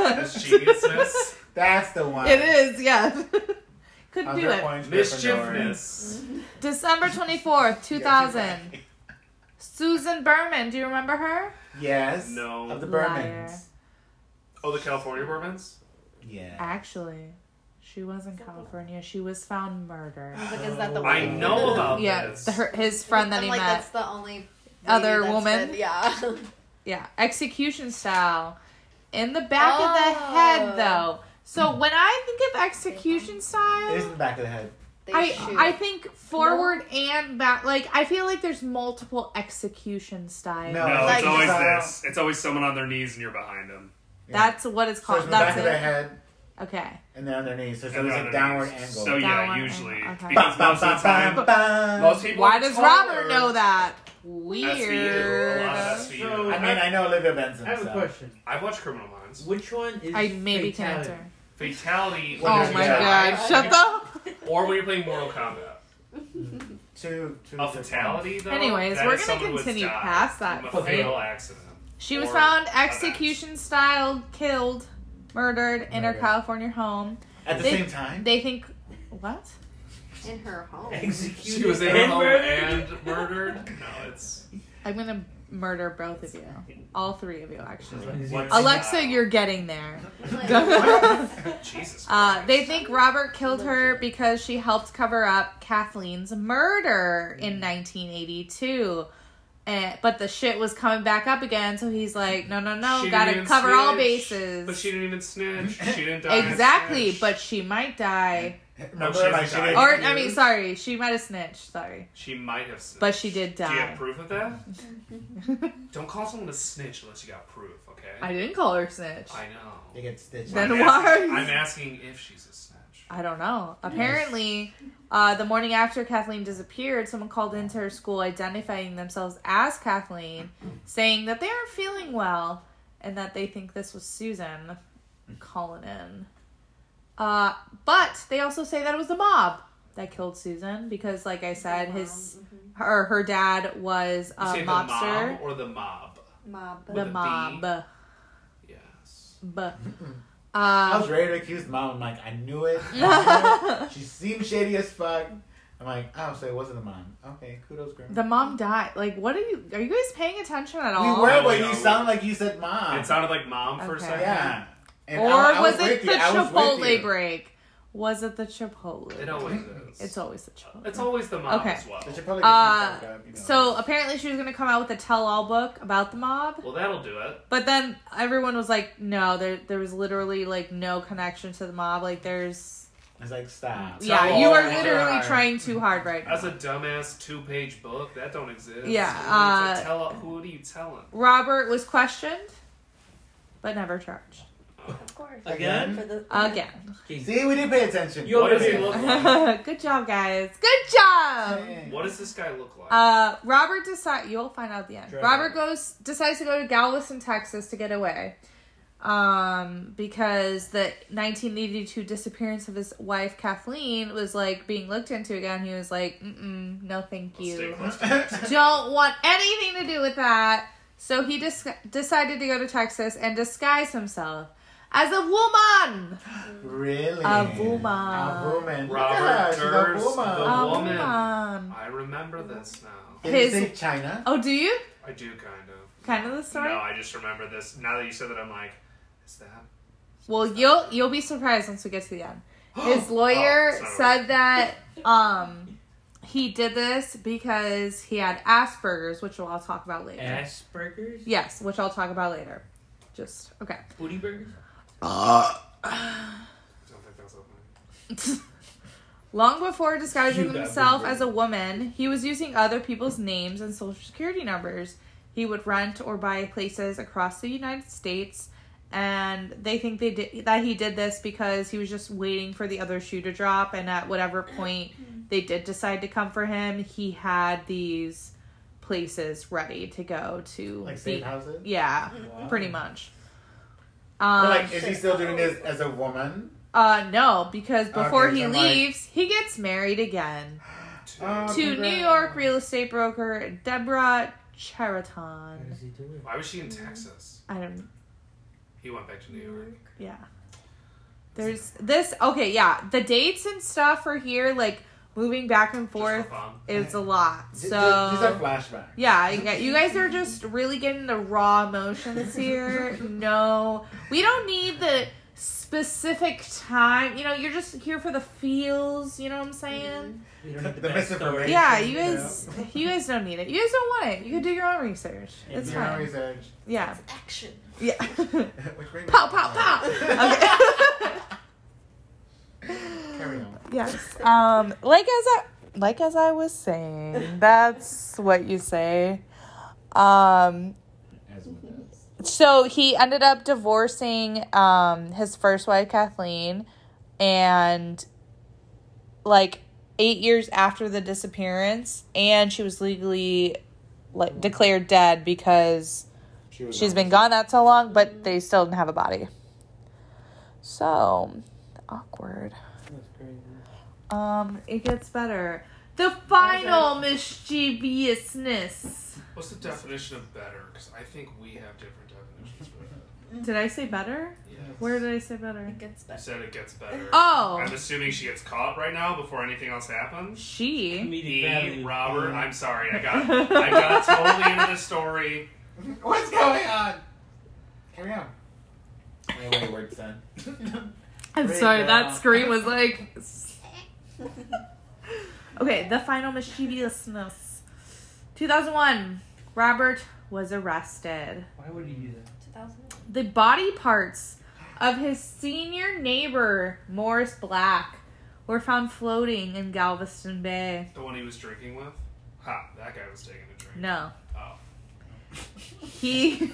S2: Mischievousness.
S4: That's the one.
S1: It is, *laughs* yes. Could do
S4: Other
S1: it.
S4: points, Gryffindor.
S2: Mischievousness.
S1: Mm-hmm. December 24th,
S4: Yeah,
S1: 2000.
S4: she's
S1: Susan Berman, do you remember her?
S4: right. Yes.
S2: No.
S4: Of the
S1: Liar.
S4: Burmans.
S2: Oh, the California Bourbons?
S1: Ah.
S4: Yeah.
S1: Actually, she was in California. She was found murdered.
S3: I was like, is that the
S4: Oh.
S3: one?
S2: I know about
S1: Yeah,
S2: this.
S1: the, her, his friend that
S3: I'm
S1: he
S3: like,
S1: met.
S3: that's the only lady
S1: Other
S3: that's
S1: woman?
S3: been- yeah. *laughs*
S1: Yeah, execution style. In the back of the head,
S3: Oh.
S1: though. So when I think of execution style,
S4: It is in the back of the head.
S3: They
S1: I
S3: shoot.
S1: I think forward and back. Like I feel like there's multiple execution styles.
S4: No.
S2: No,
S3: Like-
S2: it's always
S4: Uh,
S2: this. It's always someone on their knees and you're behind them.
S4: Yeah.
S1: That's what it's
S4: So
S1: called.
S4: it's in the back
S1: That's
S4: of the
S1: it.
S4: head
S1: Okay.
S4: and then underneath. So it's
S2: And
S4: always
S2: they're
S4: a
S2: on their
S4: downward
S2: knees.
S4: angle.
S2: So yeah,
S1: Downward
S2: usually
S1: angle, okay.
S2: because most of the time, most people.
S1: Why
S2: are
S1: does
S2: taller.
S1: Robert know that? Weird.
S2: SVU. A lot of SVU.
S5: So-
S4: I mean, I know Olivia Benson.
S5: I have a
S4: so.
S5: question.
S2: I've watched Criminal Minds.
S5: Which one is
S1: I maybe can
S5: fatality?
S1: answer.
S2: Fatality.
S4: What
S1: Oh
S4: is
S1: my
S2: fatality.
S1: god! Shut
S3: *laughs*
S1: up.
S2: *laughs* Or when you're playing Mortal Kombat.
S4: Two, two
S2: A
S4: different-
S2: fatality, though.
S1: Anyways,
S2: that
S1: we're
S2: is
S1: gonna
S2: someone who has
S1: continue
S2: died
S1: past that
S2: From a
S4: point.
S2: fatal accident.
S1: She was
S2: Or
S1: found
S2: an axe.
S1: execution style, killed, murdered in her
S4: Murdered.
S1: California home.
S4: At the
S1: They-
S4: same time? *laughs*
S1: They think what?
S3: in her home.
S5: Executed
S2: She was in her
S5: and
S2: home
S5: murdered.
S2: *laughs* and murdered. No, it's
S1: I'm gonna murder both of you, all three of you actually.
S2: What's-
S1: Alexa, you're getting there. *laughs*
S2: Jesus.
S1: Uh,
S2: Christ.
S1: they think Robert killed her because she helped cover up Kathleen's murder in 1982. And, but the shit was coming back up again, so he's like, no, no, no,
S2: She
S1: gotta
S2: didn't
S1: cover all
S2: snitch,
S1: bases.
S2: But she didn't even snitch. She didn't die. and
S1: exactly,
S2: snitch.
S1: but she might die.
S4: Remember,
S2: she has
S4: like,
S2: a
S4: she
S2: child.
S4: didn't
S1: Or,
S4: use-
S1: I mean, sorry, she might have snitched, sorry. *laughs*
S2: she might have snitched.
S1: But she did
S2: Do you have
S1: die.
S2: proof of that? Don't call someone a snitch unless you got proof, okay?
S1: I didn't call her snitch.
S2: I
S4: They
S2: know.
S4: get stitched.
S1: Then
S2: I'm
S1: why Uh, are
S2: asking-
S1: you-
S2: I'm asking if she's a snitch.
S1: I don't know. Apparently, uh, the morning after Kathleen disappeared, someone called into her school identifying themselves as Kathleen, saying that they aren't feeling well and that they think this was Susan calling in. Uh, but they also say that it was the mob that killed Susan because, like I said, his her her dad was
S2: You
S1: a
S2: say the mom
S1: mobster.
S2: or the mob?
S3: mob.
S1: The,
S2: with a B?
S1: mob.
S2: Yes.
S1: B.
S4: I was
S1: Uh,
S4: ready to accuse mom. I'm like, I knew it. I
S1: *laughs*
S4: knew it. she seemed shady as fuck. I'm like, oh, so it wasn't a mom. Okay, kudos, grandma.
S1: the mom died. Like, what are you? Are you guys paying attention at all?
S4: we were,
S2: Oh,
S4: but
S2: yeah,
S4: you
S2: we-
S4: sound like you said mom.
S2: It sounded like mom for a
S1: Okay.
S2: second.
S4: Oh, yeah. And
S1: or
S4: I- I
S1: was, it
S4: with
S1: the
S4: you. I was with
S1: Chipotle
S4: you.
S1: break? Was it the Chipotle?
S2: It always is.
S1: It's always the Chipotle.
S2: It's always the mom
S1: Okay.
S2: as well.
S4: The Chipotle
S1: Uh,
S4: gets me fucked up, you know.
S1: so apparently she was gonna come out with a tell-all book about the mob,
S2: Well, that'll do it.
S1: but then everyone was like, "No, there, there was literally like no connection to the mob. Like, there's
S4: It's like, stop.
S1: yeah, you are
S2: Tell-all.
S1: literally
S4: Yeah.
S1: trying too hard right
S2: That's
S1: now."
S2: a dumbass two-page book that don't exist.
S1: Yeah,
S2: Who, needs
S1: uh,
S2: to tell, who are you telling?
S1: Robert was questioned, but never charged
S3: Of course.
S5: Again?
S3: For the,
S1: again.
S5: Jeez.
S4: See, we didn't pay attention.
S5: You
S2: What
S5: over
S2: does he
S4: *laughs*
S5: here.
S2: look
S1: *laughs*
S2: like?
S1: Good job, guys. Good job.
S2: *laughs* What does this guy look like?
S1: Uh, Robert decide you'll find out at the end.
S5: Drag
S1: Robert
S5: it.
S1: goes decides to go to Galveston, Texas, to get away, um, because the 1982 disappearance of his wife Kathleen was like being looked into again. He was like, Mm-mm, "No, thank
S2: Let's stay
S1: you.
S2: close to this.
S4: *laughs*
S1: Don't want anything to do with that." So he dis- decided to go to Texas and disguise himself as a woman.
S4: Really?
S1: A woman.
S4: A woman. Look
S2: Robert
S4: at her, she's
S2: Durst,
S4: a woman.
S2: the
S1: A
S2: woman.
S1: woman.
S2: I remember this now.
S4: Did you
S1: His-
S4: say China?
S1: Oh, do you
S2: I do kind of.
S1: kind of the story?
S2: No, I just remember this. Now that you said that, I'm like, is that? *gasps*
S1: Well, you'll you'll be surprised once we get to the end. His lawyer
S2: Oh, sorry.
S1: said that um he did this because he had Asperger's, which I'll talk about later.
S5: Ass burgers?
S1: yes, which I'll talk about later. Just okay.
S5: Booty burgers?
S2: I don't think that's open.
S1: Long before disguising
S4: Shoot, that
S1: himself
S4: would be-
S1: as a woman, he was using other people's names and social security numbers. He would rent or buy places across the United States, and they think they did that he did this because he was just waiting for the other shoe to drop. And at whatever point they did decide to come for him, he had these places ready to go to.
S4: Like Oh.
S1: the-
S4: safe houses?
S1: yeah,
S4: Wow.
S1: pretty much.
S4: Or
S1: Um,
S4: like, is he still doing this as a woman?
S1: Uh, no, because before
S4: Okay,
S1: he
S4: so I'm like-
S1: leaves, he gets married again
S4: Oh,
S1: to New
S4: congrats.
S1: York real estate broker Deborah Cheriton.
S5: How does he do it?
S2: Why was she in Texas?
S1: I don't.
S2: He went back to New York.
S1: Yeah. There's this. Okay, yeah. The dates and stuff are here, like moving back and forth.
S2: Just for fun.
S1: It's a lot.
S4: Th- th- These are
S1: So
S4: flashbacks.
S1: yeah, I get- you guys are just really getting the raw emotions
S4: *laughs*
S1: here. No, we don't need the specific time. You know, you're just here for the feels. You know what I'm
S4: Mm-hmm.
S1: saying?
S5: You don't need the,
S4: The
S5: best
S4: misinformation.
S5: story.
S1: Yeah, you guys, you guys don't need it. You guys don't want it. You can do your own research.
S5: Yeah,
S1: It's
S4: Do your own
S1: fine.
S4: research.
S1: Yeah,
S3: Action.
S1: yeah. *laughs*
S4: *laughs* Which brings
S1: Pow,
S4: me-
S1: pow,
S4: *laughs*
S1: pow.
S4: Carry on.
S1: *laughs* Yes. Um, like as I like as I was saying, that's what you say. Um,
S4: As one does.
S1: so he ended up divorcing um his first wife Kathleen, and like eight years after the disappearance, and she was legally like declared dead because
S4: She was
S1: she's
S4: on
S1: been gone that so long, but they still didn't have a body. So awkward.
S5: That's crazy.
S1: Um, it gets better. The final mischievousness.
S2: What's the definition of better? Because I think we have different definitions for that.
S1: Did I say better?
S2: Yes.
S1: Where did I say better?
S3: It gets
S2: You *laughs*
S3: better.
S2: said it gets better.
S1: Oh,
S2: I'm assuming she gets caught right now before anything else happens.
S1: she.
S5: Comedic
S2: E.
S5: value.
S2: Robert, I'm sorry, I got,
S1: *laughs*
S2: I got totally into this story.
S4: *laughs* What's going on? Carry on. Wait, wait, word son.
S1: I'm
S4: Great
S1: sorry. That
S4: job.
S1: scream was like. okay, the final mischievousness. 2001. Robert was arrested.
S5: Why would he do that?
S3: 2000.
S1: the body parts of his senior neighbor Morris Black were found floating in Galveston Bay.
S2: The one he was drinking with? Ha, that guy was taking a drink.
S1: No,
S2: Oh.
S1: *laughs* he.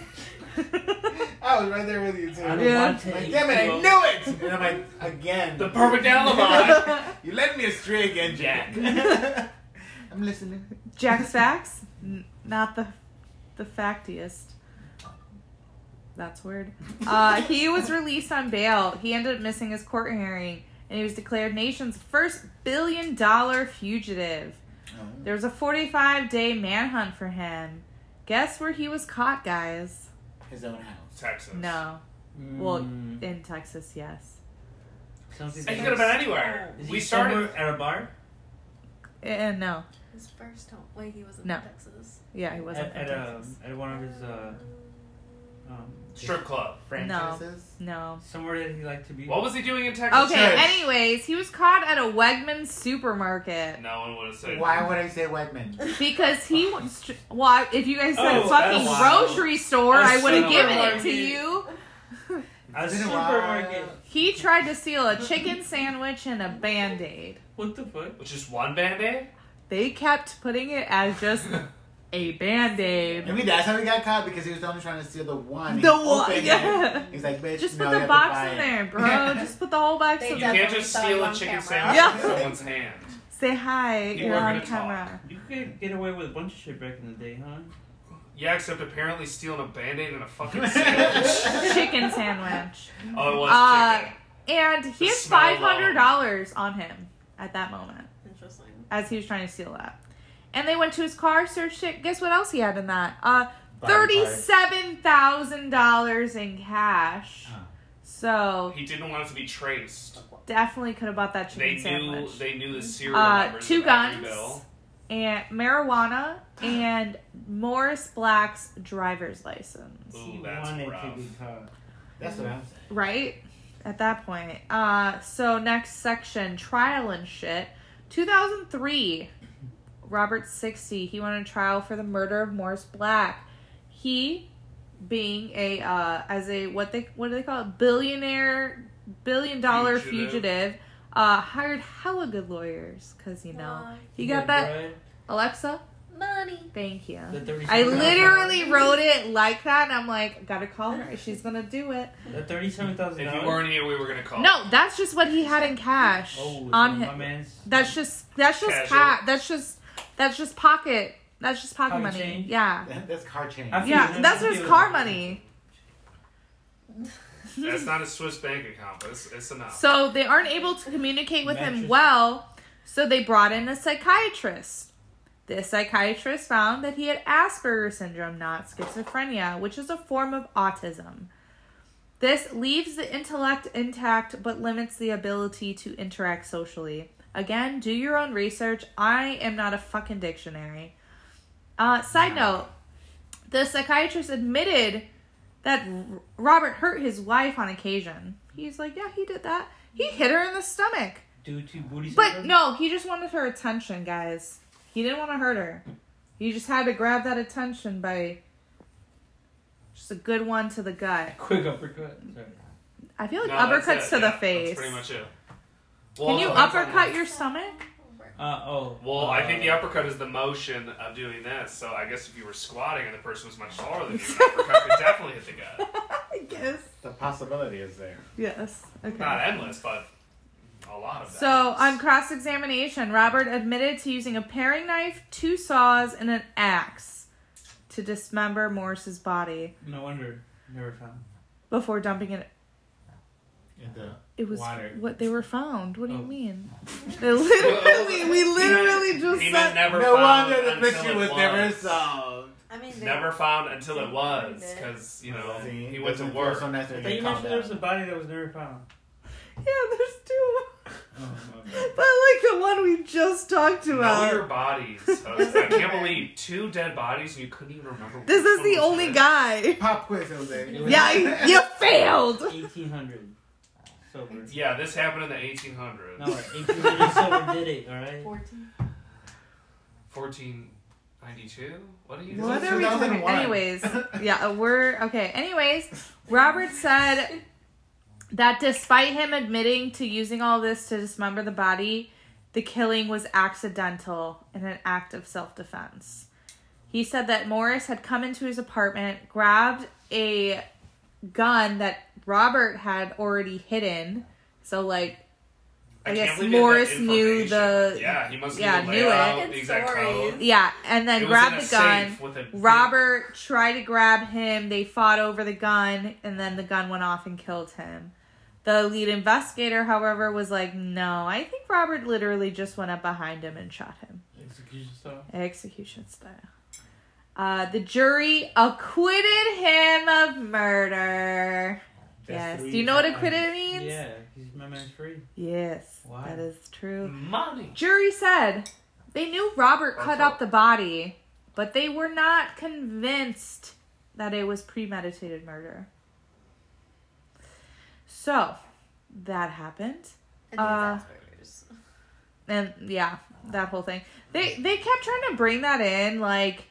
S4: *laughs* I was right there with you too.
S5: I don't
S1: Yeah.
S5: want to.
S4: Like,
S5: eat
S4: damn it, I
S5: clothes.
S4: knew it! And I'm like, again.
S2: The perfect alibi!
S4: *laughs*
S1: *laughs*
S4: you led me astray again, Jack. *laughs* I'm listening.
S1: Jack's facts, N- not the the factiest. That's weird. Uh, he
S4: *laughs*
S1: was released on bail. He ended up missing his court hearing, and he was declared nation's first billion dollar fugitive. There was a 45 day manhunt for him. Guess where he was caught, guys?
S4: His own house.
S2: Texas.
S1: No. Well,
S4: Mm.
S1: in Texas, yes.
S5: Something
S2: It could
S5: like-
S2: have been anywhere.
S1: Oh.
S5: Is he
S2: we started.
S5: somewhere at a bar.
S1: And Eh, no.
S3: His first home. Wait, he was in
S1: No. *laughs*
S3: Texas.
S1: Yeah, he wasn't
S5: at,
S1: from
S5: at, a,
S1: Texas.
S5: at one of his uh, um,
S2: Strip club.
S4: Franchises?
S1: No.
S5: Somewhere that he liked to be.
S2: What was he doing in Texas?
S1: Okay,
S4: Church.
S1: anyways, he was caught at a Wegman supermarket
S2: No one would have said.
S4: Why would I say Wegman?
S1: because he was. tr- Well, if you guys said
S5: Oh,
S1: fucking
S5: that's wild.
S1: grocery store,
S5: A
S1: I would have given it to
S5: supermarket.
S1: you.
S5: A
S4: It's been a while.
S5: supermarket.
S1: He tried to steal a chicken sandwich and a band aid.
S5: What the fuck?
S2: Which is one band aid?
S1: They kept putting it as just a band aid.
S4: Maybe that's how he got caught because he was only trying to steal the one.
S1: The
S4: He
S1: one,
S4: opened
S1: *laughs*
S4: it.
S1: yeah.
S4: He's like, bitch,
S1: Just
S4: no,
S1: put
S4: you
S1: the
S4: have to
S1: box
S4: buy
S1: in
S2: *laughs*
S4: it. *laughs*
S1: there, bro. *laughs* Just put the whole box
S3: They
S1: in
S2: You
S1: there.
S3: did.
S2: can't just
S3: Saw you
S2: steal a
S3: on
S2: chicken
S3: camera.
S2: sandwich
S1: Yeah.
S2: in someone's hand.
S1: Say hi.
S2: You
S1: You're
S2: are
S1: on
S2: gonna
S1: camera.
S5: You could get away with a bunch of shit back in the day, huh?
S2: Yeah, except apparently stealing a band aid and a fucking
S1: *laughs*
S2: sandwich.
S1: Chicken sandwich.
S2: oh, it was
S1: Uh,
S2: chicken.
S1: And he had
S2: The smell
S1: five hundred dollars on him at that moment
S3: Interesting.
S1: as he was trying to steal that. And they went to his car, searched it. Guess what else he had in that? Uh,
S4: Buy it.
S1: thirty-seven thousand dollars in cash.
S4: Oh.
S1: So
S2: He didn't want it to be traced.
S1: definitely could have bought that
S2: They
S1: chicken
S2: knew
S1: sandwich.
S2: they knew
S4: Mm-hmm.
S2: the serial
S1: Uh,
S2: numbers
S1: two
S2: of every
S1: guns.
S2: bill.
S1: and
S2: *gasps*
S1: marijuana and Morris Black's driver's license.
S2: Ooh,
S5: he
S2: that's
S5: wanted
S2: rough.
S5: to be caught.
S4: That's what I'm saying.
S1: Right? At that point. Uh so next section, trial and shit. 2003. Robert 60, he went on trial for the murder of Morris Black. He being a uh as a what they what do they call it? Billionaire billion dollar
S2: Fugitive.
S1: fugitive, uh hired hella good lawyers cuz you know. He got that Alexa,
S3: Money.
S1: thank you.
S5: The 37 *laughs*
S1: I literally wrote it like that, and I'm like, gotta call her. She's gonna do it.
S5: The thirty-seven thousand
S2: If you weren't here, we were gonna call.
S1: No, that's just what he had in cash
S5: Oh,
S1: on
S5: so
S1: him.
S5: Oh. My man's.
S1: That's just that's just
S2: Casual.
S1: cat. That's just that's just pocket. That's just pocket
S5: Pocket
S1: money.
S5: change?
S1: Yeah,
S4: That- That's car change.
S5: I feel-
S1: yeah. That's
S5: I
S1: just
S5: feel-
S1: car money. *laughs*
S2: That's not a Swiss bank account, but it's, it's enough.
S1: So they aren't able to communicate with him
S4: Matches.
S1: well, so they brought in a psychiatrist. This psychiatrist found that he had Asperger's syndrome, not schizophrenia, which is a form of autism. This leaves the intellect intact but limits the ability to interact socially. Again, do your own research. I am not a fucking dictionary. Uh, side note the psychiatrist admitted that R- Robert hurt his wife on occasion. He's like, yeah, he did that. He hit her in the stomach.
S5: Due to booty
S1: But
S5: syndrome?
S1: no, he just wanted her attention, guys. He didn't want to hurt her. He just had to grab that attention by just a good one to the gut.
S5: Quick uppercut. Sorry.
S1: I feel like
S2: No, that's
S1: uppercuts
S2: it,
S1: to
S2: yeah,
S1: the face.
S2: That's pretty much it. Well,
S1: Can you
S2: no, that's not
S1: uppercut
S2: it.
S1: your stomach?
S5: Uh, oh.
S2: Well, I think the
S5: uh,
S2: uppercut is the motion of doing this. So I guess if you were squatting and the person was much taller than you,
S1: *laughs*
S2: an uppercut could definitely hit the gut.
S1: I guess.
S4: The possibility is there.
S1: Yes. Okay.
S2: Not endless, but a lot of that.
S1: So, on cross examination, Robert admitted to using a paring knife, two saws, and an axe to dismember Morris's body
S5: No wonder. Never found.
S1: before dumping it.
S4: In the
S1: It was
S4: Water.
S1: what they were found. What do you
S5: Oh.
S1: mean? They literally, *laughs* we
S2: He meant-
S1: literally just
S2: he meant
S1: said.
S2: never
S4: no
S2: found
S4: wonder the
S2: until
S4: mystery
S2: it
S4: was never
S2: was.
S4: solved.
S3: I mean, they-
S2: Never found until it
S3: They
S2: was,
S3: buried it.
S2: because you know
S4: See,
S2: he went to
S4: doesn't feel
S2: work.
S4: So nice
S5: I
S4: when
S5: thought
S4: you
S5: you
S4: calm
S5: mentioned there was a
S4: down.
S5: body that was never found.
S1: *laughs* Yeah, there's two.
S5: Oh,
S1: *laughs* But like the one we just talked
S2: Know
S1: about.
S2: your bodies. I, was- I can't believe two dead bodies and you couldn't even remember.
S1: this
S2: which
S1: is
S2: one
S1: the
S2: was
S1: only
S2: which.
S1: guy.
S4: Pop quiz, Jose. It was-
S1: Yeah,
S4: *laughs*
S1: you-
S2: *laughs*
S1: you failed.
S5: 1800. Sober.
S2: Yeah, this happened in the 1800s.
S5: No, 1800 sober did it, alright?
S3: 14.
S2: 1492. What are you?
S1: What
S4: This
S1: are we
S4: was
S1: talking?
S4: 2001. *laughs*
S1: Anyways, yeah, we're okay. Anyways, Robert said that despite him admitting to using all this to dismember the body, the killing was accidental and an act of self defense. He said that Morris had come into his apartment, grabbed a gun that Robert had already hidden. So, like, I guess
S2: can't believe he had that
S1: Morris knew
S2: information.
S1: the-
S2: Yeah, he must
S1: yeah,
S2: know the
S1: knew it.
S2: layout,
S3: Fucking
S2: the exact
S3: stories.
S2: code.
S1: yeah, and
S2: It
S1: then
S2: was in
S1: grabbed
S2: a
S1: the gun.
S2: safe with a-
S1: Robert tried to grab him. They fought over the gun, and then the gun went off and killed him. The lead investigator, however, was like, no, I think Robert literally just went up behind him and shot him.
S5: Execution style.
S1: Execution style. Uh, the jury acquitted him of murder. yes.
S4: That's
S1: Do you know what
S4: three
S1: acquitted
S4: times.
S1: means?
S5: Yeah, he's my man free.
S1: Yes.
S5: Why?
S1: That is true.
S2: Money.
S1: Jury said they knew Robert cut
S2: That's
S1: up
S2: all.
S1: the body, but they were not convinced that it was premeditated murder. So that happened.
S3: And
S1: Uh,
S3: these Asperger's.
S1: And yeah, that whole thing. They they kept trying to bring that in like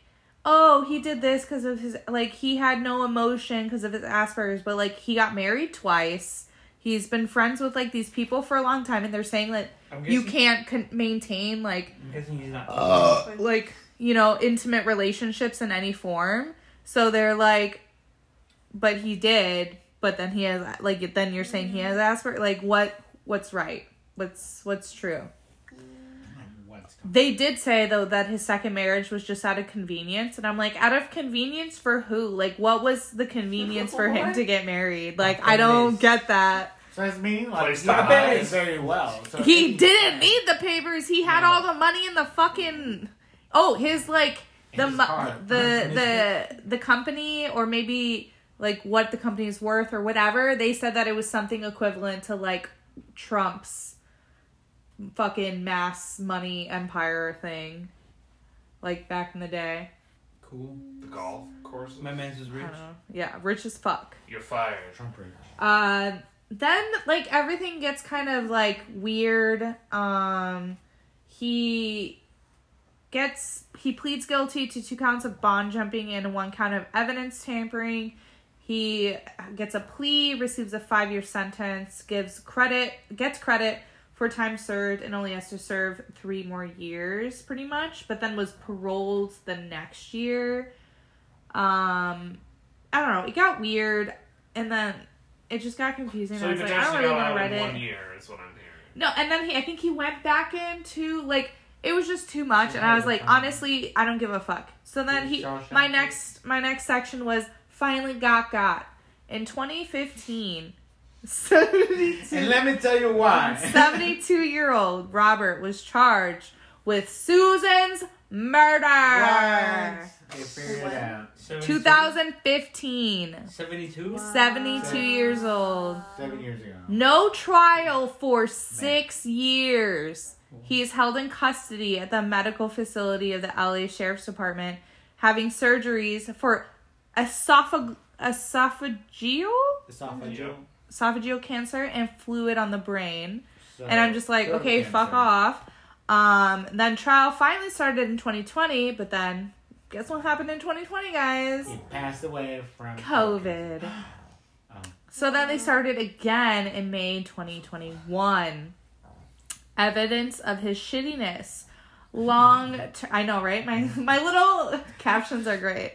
S1: oh, he did this cuz of his like he had no emotion cuz of his Asperger's, but like he got married twice. He's been friends with like these people for a long time and they're saying that
S5: I'm guessing,
S1: you can't con- maintain like
S5: I'm guessing he's not.
S1: like you know intimate relationships in any form so they're like but he did but then he has like then you're saying he has asperger like what what's right what's what's true
S4: What's going
S1: they did say though that his second marriage was just out of convenience and i'm like out of convenience for who like what was the convenience for him
S3: What?
S1: to get married like
S5: Nothing
S1: i don't
S5: is-
S1: get that
S4: So it's meaning like
S2: Place
S4: he
S2: to hide.
S4: prepared very well. So
S1: he
S4: if-
S1: didn't need the papers he had
S4: No.
S1: all the money in the fucking oh his like
S4: In
S1: the
S4: his
S1: mo-
S4: car.
S1: the the the company or maybe like what the company is worth or whatever they said that it was something equivalent to like trump's fucking mass money empire thing like back in the day
S5: Cool.
S2: The golf course.
S5: My man's is
S1: I
S5: rich.
S1: don't know. yeah rich as fuck
S2: You're fired.
S4: Trump rich.
S1: uh, then like everything gets kind of like weird. Um, he gets he pleads guilty to two counts of bond jumping and one count of evidence tampering. He gets a plea, receives a five year sentence, gives credit, gets credit for time served, and only has to serve three more years, pretty much. But then was paroled the next year. Um, I don't know. It got weird, and then it just got confusing.
S2: So
S1: I
S2: you
S1: was like, I don't
S2: potentially
S1: really
S2: go
S1: want
S2: out
S1: to read
S2: in
S1: it.
S2: one year is what I'm hearing.
S1: No, and then he, I think he went back into like it was just too much, and I was like,
S4: Yeah.
S1: honestly, I don't give a fuck. So then he,
S5: Shawshank.
S1: my next, my next section was finally got got, In *laughs* 2015, 72
S4: And let me tell
S1: *laughs*
S4: you why. *laughs*
S1: 72 year old Robert was charged with Susan's murder.
S4: What? They figured it out.
S1: 2015.
S5: 72?
S1: 72 years old.
S4: Seven years ago.
S1: No trial for six years. He is held in custody at the medical facility of the LA Sheriff's Department, having surgeries for esophag- esophageal?
S4: Esophageal.
S1: esophageal cancer and fluid on the brain.
S4: So,
S1: and I'm just like,
S4: throat
S1: okay, fuck
S4: Oh, cancer.
S1: off. Um, then trial finally started in 2020, but then guess what happened in 2020, guys?
S4: He passed away from
S1: COVID.
S4: Oh.
S1: So then they started again in May 2021. Evidence of his shittiness. Long, ter- I know, right? My *laughs* my little captions are great.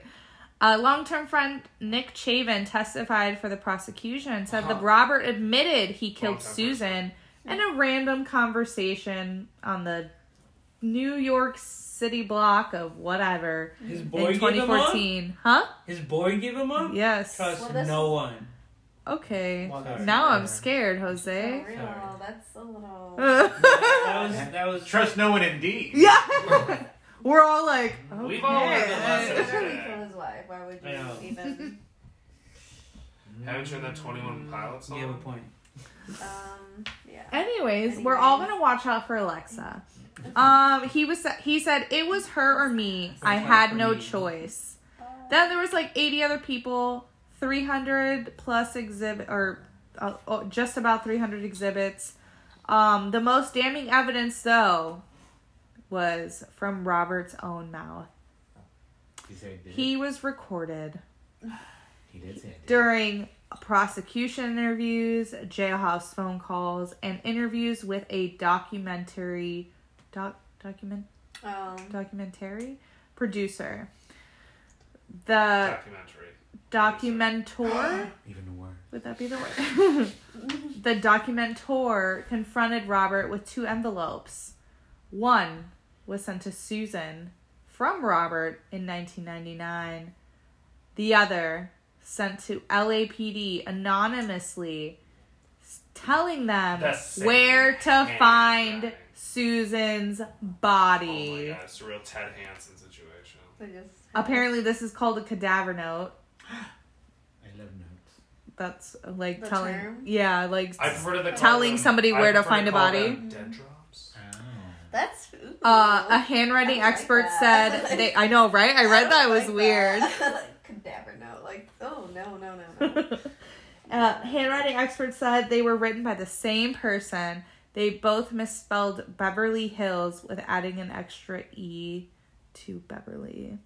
S1: Uh, long-term friend Nick Chavin testified for the prosecution and said that
S2: Uh-huh.
S1: Robert admitted he killed
S2: Long-time
S1: Susan in a random conversation on the New York City block of whatever
S5: His
S1: in
S5: boy gave him up?
S1: 2014, huh?
S5: His boy gave him up?
S1: Yes.
S5: Trust
S3: Well, this
S5: no
S3: is-
S5: one.
S1: Okay.
S4: Well, that's
S1: now
S5: fair.
S1: I'm scared, Jose.
S3: For real, that's
S1: *laughs*
S3: a little.
S5: that was, that was
S4: Trust no one indeed.
S1: yeah. *laughs* We're all like, okay.
S2: We've all learned a
S3: Why
S2: lesson.
S3: would you kill his wife? Why would
S5: I know.
S3: you even?
S2: Haven't you heard that
S4: Mm.
S2: 21 Pilots
S5: You
S2: song?
S5: have a point.
S3: Um, yeah.
S1: Anyways, we're all gonna watch out for Alexa. Um, he was he said it was her or me. I had no choice. Then there was like 80 other people, 300 plus exhibit or uh, oh, just about 300 exhibits. Um, the most damning evidence though was from Robert's own mouth.
S4: He said he did.
S1: He was recorded
S4: He did say it.
S1: during prosecution interviews, jailhouse phone calls, and interviews with a documentary doc document
S3: Um,
S1: documentary producer. The
S2: Documentary.
S1: documentor
S4: Even worse.
S1: would that be the word? *laughs* the documentor confronted Robert with two envelopes. One was sent to Susan from Robert in 1999. The other sent to LAPD anonymously, s- telling them
S2: The same
S1: where to
S2: handwriting.
S1: find Susan's
S2: Oh my
S1: body.
S2: god, it's a real Ted Hansen situation.
S3: they just.
S1: Apparently, this is called a cadaver note.
S4: I love notes.
S1: That's uh, like
S3: The
S1: telling,
S3: term?
S1: yeah, like
S2: I prefer to call
S1: Telling
S2: them-
S1: somebody
S2: I
S1: where to
S2: prefer
S1: find a
S2: call
S1: body?
S2: them Dead drops.
S3: That's. ooh.
S1: Uh, a handwriting
S3: I like
S1: expert
S3: that. *laughs*
S1: said they. I know, right? I read
S3: don't
S1: that it was
S3: like
S1: weird.
S3: *laughs* that. Cadaver note, like oh no no no
S1: *laughs*
S3: no. *laughs*
S1: Uh, handwriting experts said they were written by the same person. They both misspelled Beverly Hills with adding an extra e to Beverly.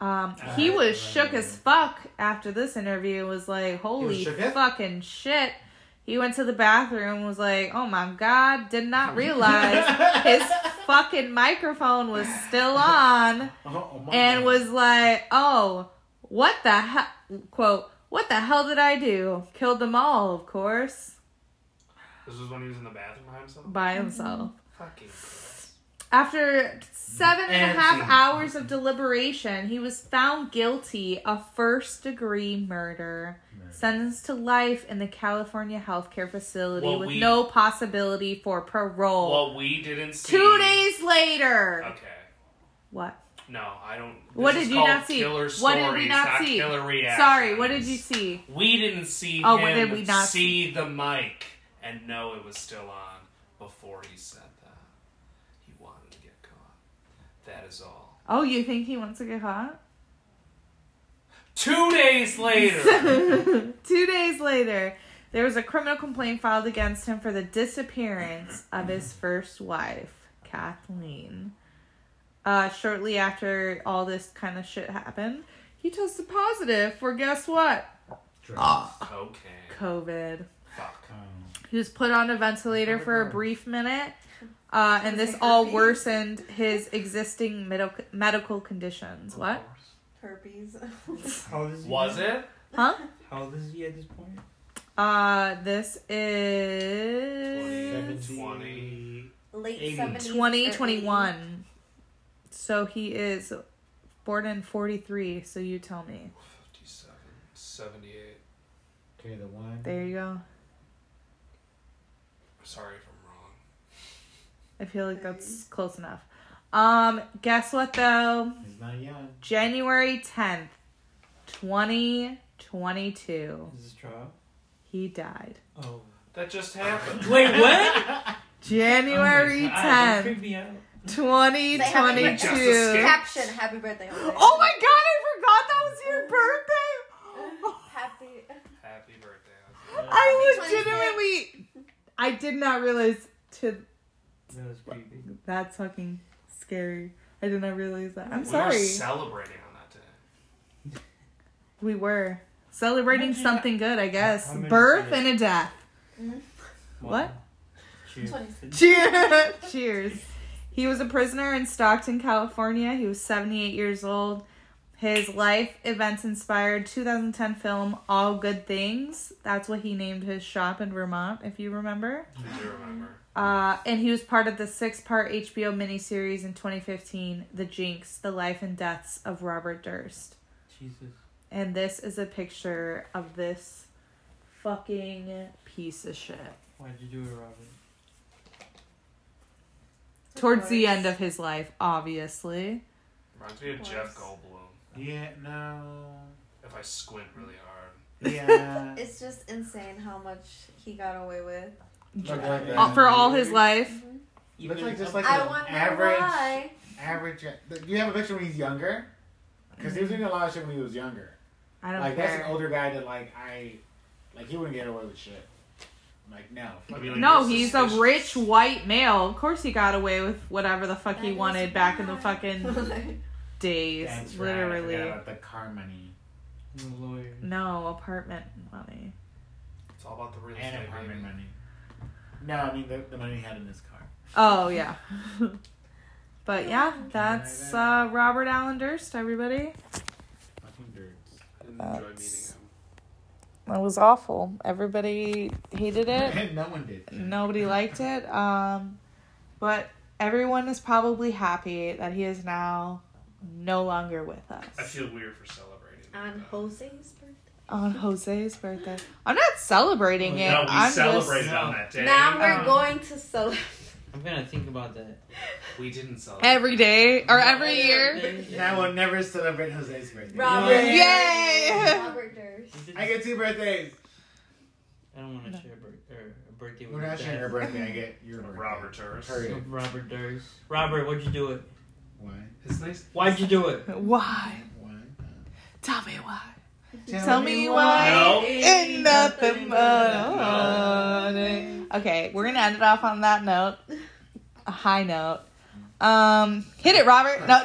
S1: Um, he
S4: Ah,
S1: was
S4: right,
S1: shook
S4: right,
S1: as fuck after this interview. Was like, holy
S4: shook it?
S1: fucking shit. He went to the bathroom. Was like, oh my god, did not realize his fucking microphone was still on
S4: *laughs* Oh, oh my
S1: and
S4: God.
S1: was like, "Oh, what the hell?" Quote, "What the hell did I do? Killed them all, of course,
S2: This was when he was in the bathroom by himself?
S1: by himself."
S2: Fucking Christ.
S1: After seven and a half
S4: Empty.
S1: hours of deliberation, he was found guilty of first degree murder,
S4: Murder.
S1: sentenced to life in the California healthcare facility
S2: Well,
S1: with
S2: we-
S1: no possibility for parole.
S2: Well, we didn't see.
S1: Oh. Two days later,
S2: Okay.
S1: what?
S2: No, I don't. This
S1: What
S2: is
S1: did you
S2: called
S1: not see?
S2: Killer
S1: What did we
S2: stories,
S1: not see?
S2: Killer reactions.
S1: Sorry, what did you see?
S2: We didn't see
S1: Oh,
S2: him
S1: what did we not
S2: see the mic and know it was still on before he said that. He wanted to get caught. That is all.
S1: Oh, you think he wants to get hot?
S2: Two
S1: *laughs*
S2: days later.
S1: Two days later, there was a criminal complaint filed against him for the disappearance of his first wife, Kathleen. Uh, shortly after all this kind of shit happened, he tested positive for guess what?
S4: Drugs.
S2: okay.
S1: COVID.
S2: Fuck.
S4: Um,
S1: He was put on a ventilator for a brief minute, uh, and this
S3: Sounds like
S1: all
S3: herpes.
S1: worsened his existing medical medical conditions. What?
S3: Herpes.
S5: How old is he?
S2: Was it?
S1: Huh?
S5: How old is he at this point?
S1: Uh, this is
S2: 20.
S3: Late
S5: Eighty.
S3: seventies.
S1: 2021. So he is born in 43, so you tell me.
S2: 57. 78.
S4: Okay, the one.
S1: There you go.
S2: Sorry if I'm wrong.
S1: I feel like that's close enough. Um, guess what though?
S4: He's not young.
S1: January 10th, 2022,
S5: Is this trial?
S1: he died.
S5: Oh.
S2: That just happened.
S5: Wait, *laughs* what? Oh
S1: January 10th,
S5: Creep me out.
S3: Just
S2: a
S1: 2022.
S2: skip.
S3: Caption:
S1: *gasps*
S3: Happy birthday. Jose.
S1: Oh my god, I forgot that was your birthday.
S3: *laughs* Happy.
S2: Happy birthday.
S1: *laughs* I
S3: Happy
S1: legitimately I did not realize to
S5: That was creepy.
S1: that's fucking scary. I did not realize that. I'm
S2: we
S1: sorry.
S2: were celebrating on that day.
S1: we were celebrating
S5: Imagine-
S1: something good, I guess.
S5: How many
S1: Birth
S5: years?
S1: and a death. *laughs* What?
S5: Wow. Cheers.
S1: Cheers. Cheers. He was a prisoner in Stockton, California. He was 78 years old. His life events inspired 2010 film All Good Things. That's what he named his shop in Vermont, if you remember.
S2: I do remember.
S1: Uh, and he was part of the six part HBO miniseries in 2015, The Jinx The Life and Deaths of Robert Durst.
S5: Jesus.
S1: And this is a picture of this fucking piece of shit.
S5: Why'd you do it, Robert?
S1: Towards the end of his life, obviously.
S2: Reminds me of Jeff Goldblum.
S4: Yeah, no.
S2: If I squint really hard. *laughs*
S4: Yeah.
S3: It's just insane how much he got away with.
S4: Look like
S1: All-
S4: that.
S1: for all his life.
S5: Even
S4: Looks like
S5: if
S4: just
S5: I'm-
S4: like
S3: I
S4: a-
S3: wonder
S4: average-
S3: why.
S4: Average. Do you have a picture when he's younger? Because he was doing a lot of shit when he was younger.
S1: I don't
S4: Like that's an
S1: care.
S4: older guy that like I, like he wouldn't get away with shit. Like no. fuck
S2: Maybe,
S4: that.
S2: like,
S1: No,
S2: You're
S1: he's a
S2: suspicious.
S1: rich white male. Of course, he got away with whatever the fuck
S3: That
S1: he
S3: is
S1: wanted back in the *laughs*
S3: why.
S1: fucking days.
S4: That's right, I
S1: literally,
S4: forgot about the car money
S5: I'm a lawyer.
S1: no apartment money.
S2: It's all about the real
S4: and
S2: estate.
S4: apartment
S2: baby.
S4: money. No, I mean the, the money he had in his car.
S1: Oh yeah. *laughs* but yeah, that's uh, Robert Allen Durst. Everybody,
S4: Fucking dirts.
S2: I didn't enjoy meeting
S1: That's-
S2: him.
S1: that was awful. Everybody hated it.
S4: *laughs* no one did.
S1: nobody liked it. Um, but everyone is probably happy that he is now no longer with us
S2: I feel weird for celebrating.
S3: *laughs* On
S2: that.
S3: Jose's birthday.
S1: on Jose's birthday. I'm not celebrating it.
S5: No,
S2: Oh, No, we
S1: I'm
S2: celebrated
S1: Just,
S5: No.
S2: on that day.
S3: Now we're
S1: Um,
S3: going to celebrate.
S5: I'm gonna think about that.
S2: we didn't celebrate.
S1: every day or every year.
S4: *laughs* Now we'll never celebrate Jose's birthday.
S3: Robert.
S1: Yay!
S3: Robert Durst.
S4: I get two birthdays.
S5: I don't want to
S1: No.
S5: share a, bir- or a birthday with
S4: We're not
S5: dad.
S4: sharing her birthday. I get your birthday.
S2: Robert Turris.
S5: So,
S4: Hurry.
S5: Robert Durst. Robert, why'd you do it?
S4: Why?
S2: His nice. *laughs*
S5: Why'd you do it?
S1: Why?
S4: Why?
S1: Tell me why. Tell me why.
S2: No.
S1: Ain't nothing but a
S2: No.
S1: honey. Okay, we're gonna end it off on that note. A high note. Um, hit it, Robert. No.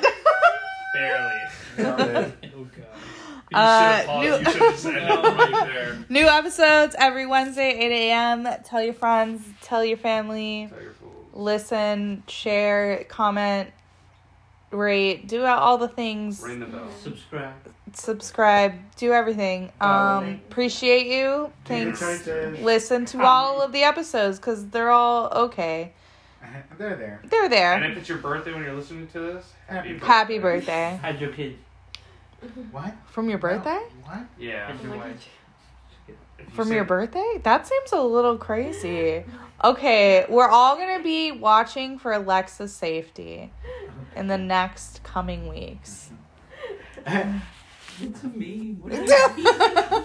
S2: Barely.
S1: *laughs*
S4: Robert.
S5: Oh god.
S2: You
S1: Uh,
S2: should have paused.
S1: new-
S2: You should have said it right there.
S1: New episodes every Wednesday, 8 a.m. Tell your friends, tell your family,
S2: Tell your fools.
S1: listen, share, comment, rate, do all the things,
S2: Ring the bell.
S5: Subscribe.
S1: subscribe, do everything.
S5: Follow
S1: Um,
S5: me.
S1: appreciate you.
S4: *laughs*
S1: Thanks.
S4: Your choices.
S1: Listen to all of the episodes because they're all okay.
S4: They're there.
S1: They're
S2: And
S1: there.
S2: if it's your birthday when you're listening to this, happy birthday.
S1: Happy birthday.
S5: Hide your kid.
S4: What?
S1: From your birthday?
S4: What?
S2: Yeah.
S5: Hide your wife.
S2: If you
S1: From
S2: say-
S1: your birthday? That seems a little crazy. Okay, we're all going to be watching for Alexa's safety in the next coming weeks. *laughs*
S5: It's a meme. What is that?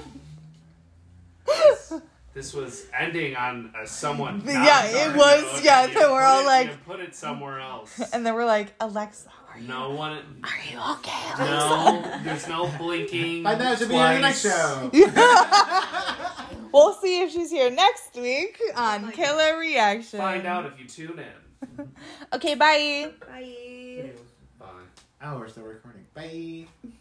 S1: yeah,
S2: This was ending on a someone.
S1: Yeah,
S2: not
S1: it
S2: sorry
S1: was-
S2: note,
S1: yeah,
S2: and
S1: so
S2: you
S1: we're
S2: put
S1: all
S2: it-
S1: like-
S2: you put it somewhere else.
S1: *laughs* And then we're like, Alexa, are you,
S2: No one.
S1: are you okay?
S2: No, there's no blinking.
S4: Find out at the beginning of the next
S2: twice.
S1: *laughs*
S4: show. *laughs*
S1: Alexa?" we'll see if she's here next week on
S3: Like-
S1: Killer Reaction.
S2: Find out if you tune in.
S1: Okay, bye.
S3: Bye.
S5: Videos.
S2: Bye.
S4: Oh, we're still recording. Bye.